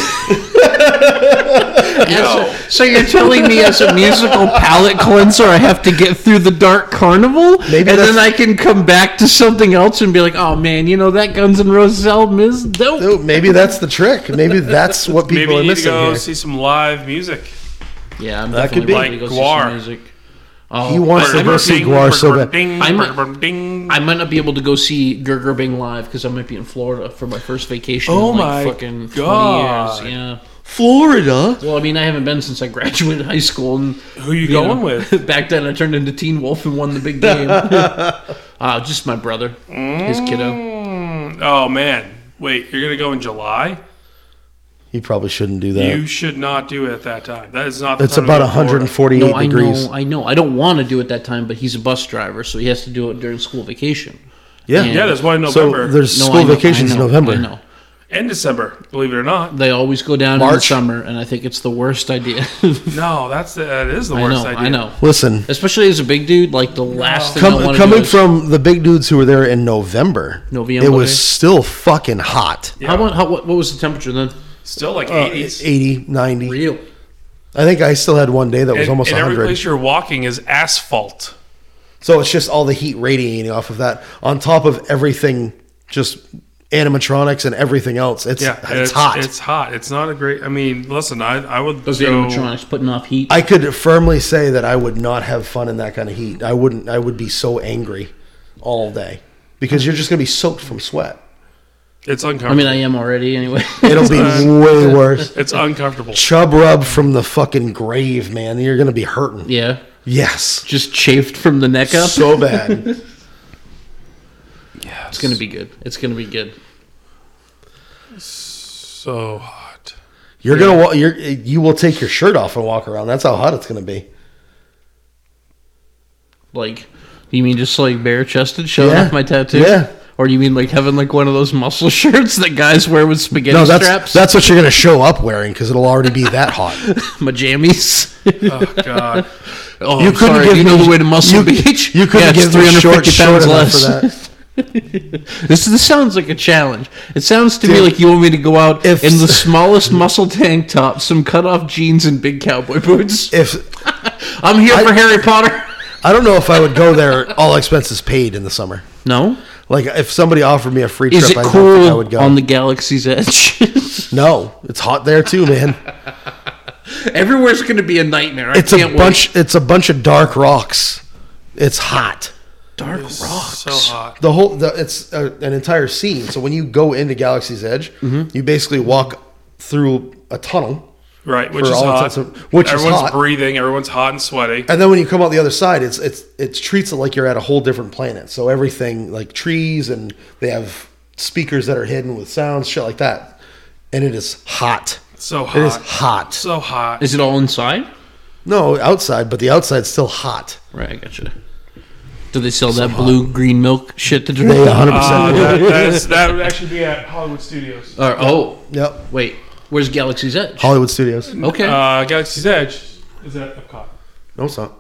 S1: As a- so you're telling me as a musical palate cleanser, I have to get through the Dark Carnival,
S2: Maybe
S1: and
S2: that's-
S1: then I can come back to something else and be like, "Oh man, you know that Guns N' Roses album is dope."
S2: Dude, maybe that's the trick. Maybe that's what people
S4: Maybe you
S2: are
S4: need to
S2: missing
S4: go
S2: here.
S4: see some live music.
S1: Yeah, I'm
S2: That could
S1: definitely ready
S4: be.
S1: to go see
S4: Like
S1: some
S4: Guar.
S1: music. Oh,
S2: He wants to
S4: Ding,
S2: go see
S4: ding,
S2: Guar so bad.
S4: ding,
S1: I'm a-
S4: ding, ding.
S1: I might not be able to go see Gerger Bing live because I might be in Florida for my first vacation.
S4: Oh
S1: in
S4: my
S1: like fucking 20
S4: God.
S1: years. Yeah.
S2: Florida?
S1: Well, I mean, I haven't been since I [laughs] graduated high school, and
S4: Who you
S1: you
S4: going
S1: know, [laughs]
S4: with?
S1: back then I turned into Teen Wolf and won the
S4: [laughs]
S1: big game. [laughs] uh, just my brother, his kiddo.
S4: Mm, oh man, wait, you're gonna go in July?
S2: You probably shouldn't do that.
S4: You should not do it at that time. That is not. The
S2: It's
S4: time to
S2: about
S4: go to Florida.
S2: 148
S1: No, I
S2: degrees.
S1: know, I know. I don't want to do it that time, but he's a bus driver, so he has to do it during school vacation
S2: Yeah.
S1: Yeah.
S4: Yeah, there's one in
S2: So
S4: November
S2: there's
S1: No, I
S2: school
S1: know, I
S2: vacations in
S1: know,
S2: November.
S1: I know.
S4: and December. Believe it or not.
S1: They always go down in the
S2: March.
S1: summer, and I think it's the worst idea. [laughs]
S4: No, that's the, that is the
S1: I
S4: worst
S1: know,
S4: idea.
S1: I know.
S2: Listen,
S1: Especially as a big dude, like the last thing I
S2: com-
S1: want to
S2: coming
S1: do is,
S2: from the big dudes who were there in November,
S1: November.
S2: it was still fucking hot.
S1: How, about- how what, what was the temperature then?
S4: Still like
S2: Uh,
S4: 80s.
S2: 80, 90.
S1: Real.
S2: I think I still had one day that was
S4: and,
S2: almost
S4: and every
S2: 100.
S4: place you're walking is asphalt.
S2: So it's just all the heat radiating off of that on top of everything just animatronics and everything else. It's
S4: Yeah,
S2: it's, hot.
S4: It's hot. It's not a great. I mean, listen, I I would
S1: Those
S4: go.
S1: animatronics putting off heat.
S2: I could firmly say that I would not have fun in that kind of heat. I wouldn't. I would be so angry all day because you're just going to be soaked from sweat.
S4: It's
S1: I
S4: uncomfortable.
S1: mean, I am already anyway. [laughs]
S4: [laughs]
S2: It'll be way worse.
S4: it's uncomfortable.
S2: Chub rub from the fucking grave, man. You're going to be hurting.
S1: yeah,
S2: Yes.
S1: just chafed from the neck up.
S4: [laughs]
S2: So bad.
S4: Yeah,
S1: it's gonna be good. It's gonna be good.
S4: so hot.
S2: You're gonna wa- you're you will take your shirt off and walk around. That's how hot it's gonna be.
S1: Like, you mean just like bare chested showing
S2: Yeah.
S1: off my tattoo?
S2: Yeah.
S1: Or you mean like having like one of those muscle [laughs] shirts that guys wear with spaghetti
S2: No, that's
S1: straps? Oh,
S2: that's what you're gonna show up wearing because it'll already be that
S1: [laughs]
S2: hot.
S1: my jammies.
S4: Oh God.
S1: Oh,
S2: You
S1: I'm
S2: couldn't
S1: sorry.
S2: give
S1: you know
S2: me-
S1: the way to Muscle
S2: you-
S1: Beach?
S2: You could
S1: Yeah,
S2: not
S1: it's
S2: give me short, short enough for that.
S1: This, this sounds like a challenge. It sounds to me
S2: Dude,
S1: like you want me to go out
S2: if-
S1: in the smallest muscle tank top, some cut off jeans, and big cowboy boots.
S2: If
S1: I'm here
S2: I-
S1: for Harry Potter.
S2: I don't know if I would go there, all expenses paid in the summer.
S1: No,
S2: Like if somebody offered me a free trip,
S1: is it
S2: I, don't
S1: cool
S2: think I would go.
S1: on the galaxy's edge? [laughs]
S2: no, it's hot there too, man.
S1: Everywhere's going to be a nightmare. I
S2: It's a
S1: can't
S2: bunch. It's a bunch of dark rocks. It's hot.
S1: Dark rock.
S4: So hot.
S2: The whole the, it's uh an entire scene. So when you go into Galaxy's Edge,
S1: Mm-hmm.
S2: you basically walk through a tunnel,
S4: Right, which
S2: For
S4: is
S2: all
S4: hot.
S2: intents and- which is
S4: everyone's
S2: hot.
S4: breathing. Everyone's hot and sweaty.
S2: and then when you come out the other side, it's it's it treats it like you're at a whole different planet. So everything like trees and they have speakers that are hidden with sounds, shit like that. And it is hot.
S4: So
S2: It is
S4: hot.
S2: hot.
S4: So hot.
S1: Is it all inside?
S2: No, outside, but the outside's
S1: [laughs]
S2: still hot.
S1: Right, I gotcha. Do they sell that blue green milk shit to drink?
S2: They 100
S4: Uh,
S2: percent.
S4: that, that, is, that would actually be at Hollywood Studios.
S1: Or, oh,
S2: Yep.
S1: wait. Where's Galaxy's Edge?
S2: Hollywood Studios.
S1: Okay.
S4: Uh, Galaxy's Edge is at Epcot.
S2: No, it's not.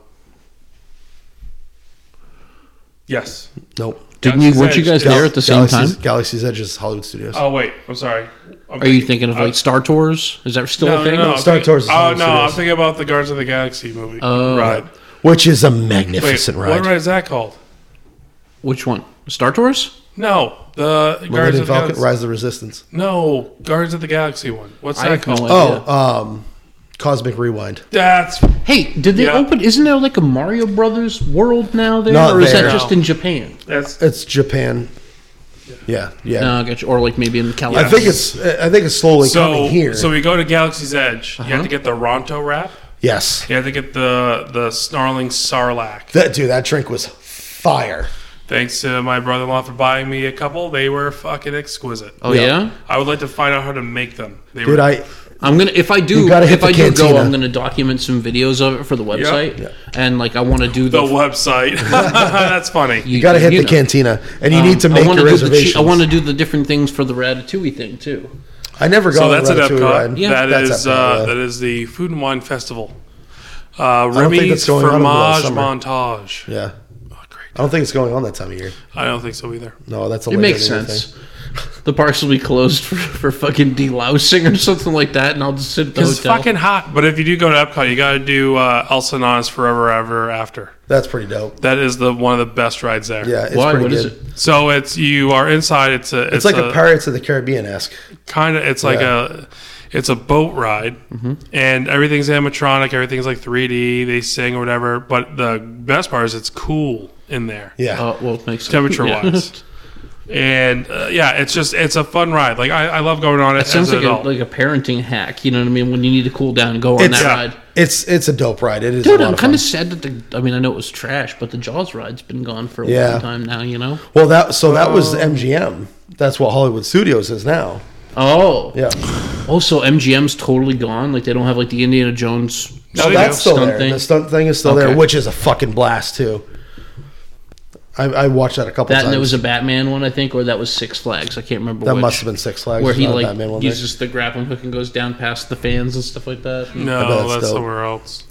S4: Yes.
S2: Nope.
S1: Didn't you?
S4: Galaxy's
S1: Weren't you
S4: Edge
S1: guys
S4: is-
S1: there at the same time?
S2: Galaxy's, Galaxy's Edge is Hollywood Studios.
S4: Oh wait, I'm sorry. I'm Uh,
S1: Are you thinking of like Star Tours? Is that still
S4: no,
S1: a
S4: no,
S1: thing?
S4: no, I'm
S2: Star
S4: thinking-
S2: Tours is
S4: Oh
S2: Hollywood
S4: no, I'm
S2: Studios.
S4: thinking about the Guardians of the Galaxy movie.
S1: Oh.
S4: right.
S2: which is a
S4: Wait,
S2: magnificent
S4: what
S2: ride.
S4: ride is that called?
S1: Which one? Star Tours?
S4: No, the Guardians
S2: Millennium
S4: of the
S2: Falcon,
S4: Galaxy.
S2: Rise of the Resistance.
S4: No, Guardians of the Galaxy one. What's
S1: I
S4: that
S1: have no
S4: called?
S1: idea.
S2: Oh, um, Cosmic Rewind.
S4: That's
S1: Hey, did they
S4: Yeah.
S1: open? Isn't there like a Mario Brothers world now there,
S2: Not
S1: or is
S2: there.
S1: that just in Japan?
S4: that's
S2: It's Japan. Yeah, yeah.
S1: No, I got you. Or like maybe in
S2: I
S1: California.
S2: think it's I think it's slowly
S4: so.
S2: coming here. Uh-huh.
S4: So we go to Galaxy's Edge. You have to get the Ronto wrap.
S2: yes,
S4: You have to get the the snarling Sarlacc.
S2: that dude, that drink was fire.
S4: Thanks to my brother-in-law for buying me a couple. They were fucking exquisite.
S1: Oh
S2: Yeah.
S1: yeah.
S4: I would like to find out how to make them. They
S2: Dude,
S4: were
S2: I
S1: I'm gonna if I do
S2: You gotta hit
S1: if
S2: the
S1: I do go,
S2: cantina.
S1: I'm gonna document some videos of it for the website,
S2: Yeah.
S1: and like I want to do
S4: the
S1: the.
S2: [laughs]
S4: website. [laughs] that's funny.
S2: you got to hit the
S1: know.
S2: cantina, and you
S1: Um,
S2: need to make
S1: I wanna
S2: your
S1: do the che-
S2: reservations.
S1: I want to do the different things for the Ratatouille thing too.
S2: I never got
S4: So that's
S2: a
S4: at
S2: Ratatouille
S4: Epcot.
S2: ride.
S4: that
S2: That's
S4: is
S2: Epcot,
S4: uh,
S2: yeah.
S4: that is the Food and Wine Festival. Uh,
S2: don't think
S4: Remy's
S2: that's going on until
S4: Fromage
S2: summer.
S4: Montage.
S2: yeah.
S4: Oh, great.
S2: I don't think it's going on that time of year.
S4: I don't think so either.
S2: No, that's a
S1: It
S2: later
S1: makes
S2: in the year
S1: sense. [laughs]
S2: thing.
S1: The parks will be closed [laughs] for, for fucking delousing or something like that, and I'll just sit at the
S4: It's
S1: hotel.
S4: fucking hot. But if you do go to Epcot, you got to do uh, Elsa and Anna's Forever Ever After.
S2: That's pretty dope.
S4: That is the one of the best rides there.
S2: Yeah, it's
S1: Why?
S2: pretty
S1: What
S2: good.
S1: is it?
S4: So it's you are inside. It's a. It's,
S2: It's, like a, Pirates of the Caribbean esque.
S4: kind of it's like a it's a boat ride
S2: Mm-hmm.
S4: and everything's animatronic everything's like 3d they sing or whatever but the best part is it's cool in there
S2: Yeah.
S1: Uh, well, it makes sense.
S4: temperature
S1: Yeah.
S4: wise and uh, yeah it's just it's a fun ride like i, I love going on it as
S1: [laughs] Sounds
S4: an
S1: like a,
S4: adult
S1: like a parenting hack. You know what I mean? When you need to cool down, go on
S2: It's-
S1: that
S2: yeah.
S1: ride.
S2: It's it's a dope ride. It is.
S1: Dude,
S2: a lot
S1: I'm
S2: of
S1: kind
S2: fun.
S1: of sad that the. I mean, I know it was trash, but the Jaws ride's been gone for a
S2: Yeah.
S1: long time now. You know?
S2: Well, that so that was MGM. That's what Hollywood Studios is now.
S1: Oh,
S2: Yeah,
S1: Also, MGM's totally gone. Like they don't have like the Indiana Jones.
S4: No,
S2: so
S4: they
S2: Oh, that's
S4: do.
S2: still
S1: Stunt
S2: there.
S1: thing.
S2: The stunt thing is still there,
S1: Okay.
S2: which is a fucking blast too. I, I watched that a couple
S1: That
S2: times.
S1: and there was a Batman one, I think, or that was Six Flags. I can't remember.
S2: that
S1: which,
S2: must have been Six Flags.
S1: where
S2: It's
S1: he
S2: not a
S1: like
S2: Batman one there.
S1: uses the grappling hook and goes down past the fans and stuff like that.
S4: no
S2: bet it's
S4: that's
S2: dope.
S4: somewhere else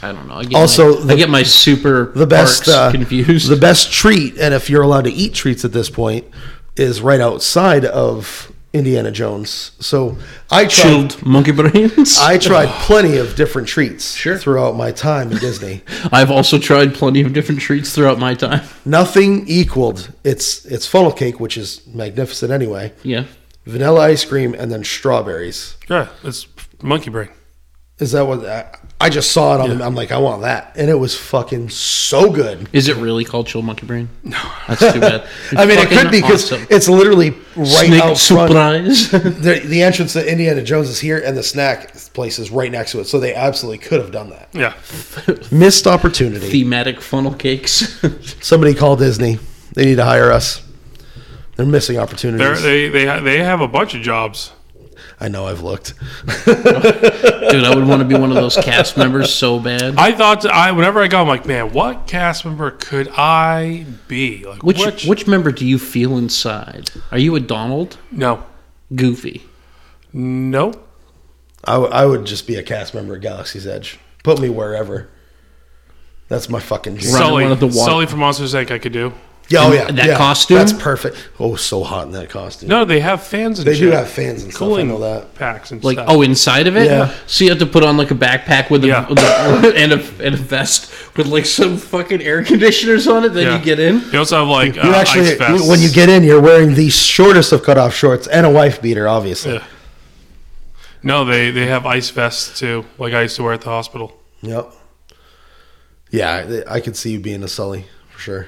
S1: I don't know. I get
S2: Also,
S1: my,
S2: the-
S1: I get my super
S2: the best
S1: parks
S2: uh,
S1: confused.
S2: The best treat, and if you're allowed to eat treats at this point, is right outside of Indiana Jones. So I tried,
S1: Chilled monkey brains. [sighs]
S2: uh, I tried plenty of different treats throughout my time
S1: [laughs]
S2: at Disney.
S1: [laughs] I've also tried plenty of different treats throughout my time. [laughs]
S2: Nothing equaled its its funnel cake, which is magnificent anyway.
S1: Yeah.
S2: Vanilla ice cream and then strawberries.
S4: Yeah, it's monkey brain.
S2: Is that what I, I just saw it on? the I'm like, I want that, and it was fucking so good.
S1: Is it really called chilled monkey brain? No. That's too
S2: [laughs]
S1: bad.
S2: I mean, it
S1: Fucking
S2: could be because
S1: awesome.
S2: it's literally right
S1: Snake
S2: out front.
S1: surprise. [laughs]
S2: The, the entrance to Indiana Jones is here, and the snack place is right next to it. So they absolutely could have done that.
S4: Yeah.
S2: Missed opportunity.
S1: Thematic funnel cakes. [laughs]
S2: Somebody call Disney. They need to hire us. They're missing
S4: They're,
S2: opportunities.
S4: they they ha- they have a bunch of jobs.
S2: I know I've looked.
S1: Dude, I would want to be one of those cast members so bad.
S4: I thought I whenever I go, I'm like, man, what cast member could I be? Like
S1: Which,
S4: which,
S1: which member do you feel inside? Are you a Donald?
S4: no,
S1: Goofy.
S4: no.
S2: I, w- I would just be a cast member of Galaxy's Edge. Put me wherever. That's my fucking dream.
S1: Right.
S4: Sully,
S1: one of the wa-
S4: Sully from Monsters Inc. I could do.
S2: Yeah, oh yeah,
S1: that
S2: yeah.
S1: costume?
S2: That's perfect. Oh, so hot in that costume.
S4: No, they have fans. And
S2: they do
S4: shit.
S2: have fans and
S4: cooling
S2: stuff. I know that.
S4: packs and
S1: Like
S4: stuff.
S1: oh, inside of it.
S2: Yeah.
S1: So you have to put on like a backpack with a,
S4: Yeah.
S1: with a- and a and a vest with like some fucking air conditioners on it. Then
S4: Yeah.
S1: you get in.
S4: You also have like
S2: You
S4: uh,
S2: actually,
S4: ice vests.
S2: you- when you get in, you're wearing the shortest of cutoff shorts and a wife beater, obviously.
S4: Yeah. no, they they have ice vests too. Like I used to wear at the hospital.
S2: Yep. Yeah, I, I could see you being a Sully for sure.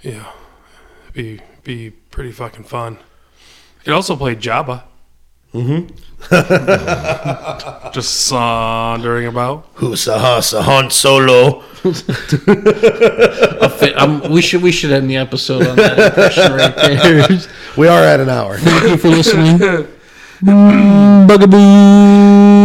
S4: Yeah, be be pretty fucking fun. I could also play Jabba. Mm-hmm. [laughs] Just sauntering about.
S2: Who's a hoss, a Han Solo?
S1: Fit- um, we should we should end the episode on that impression right there.
S2: We are at an hour. [laughs]
S1: Thank you for listening. Bugaboo.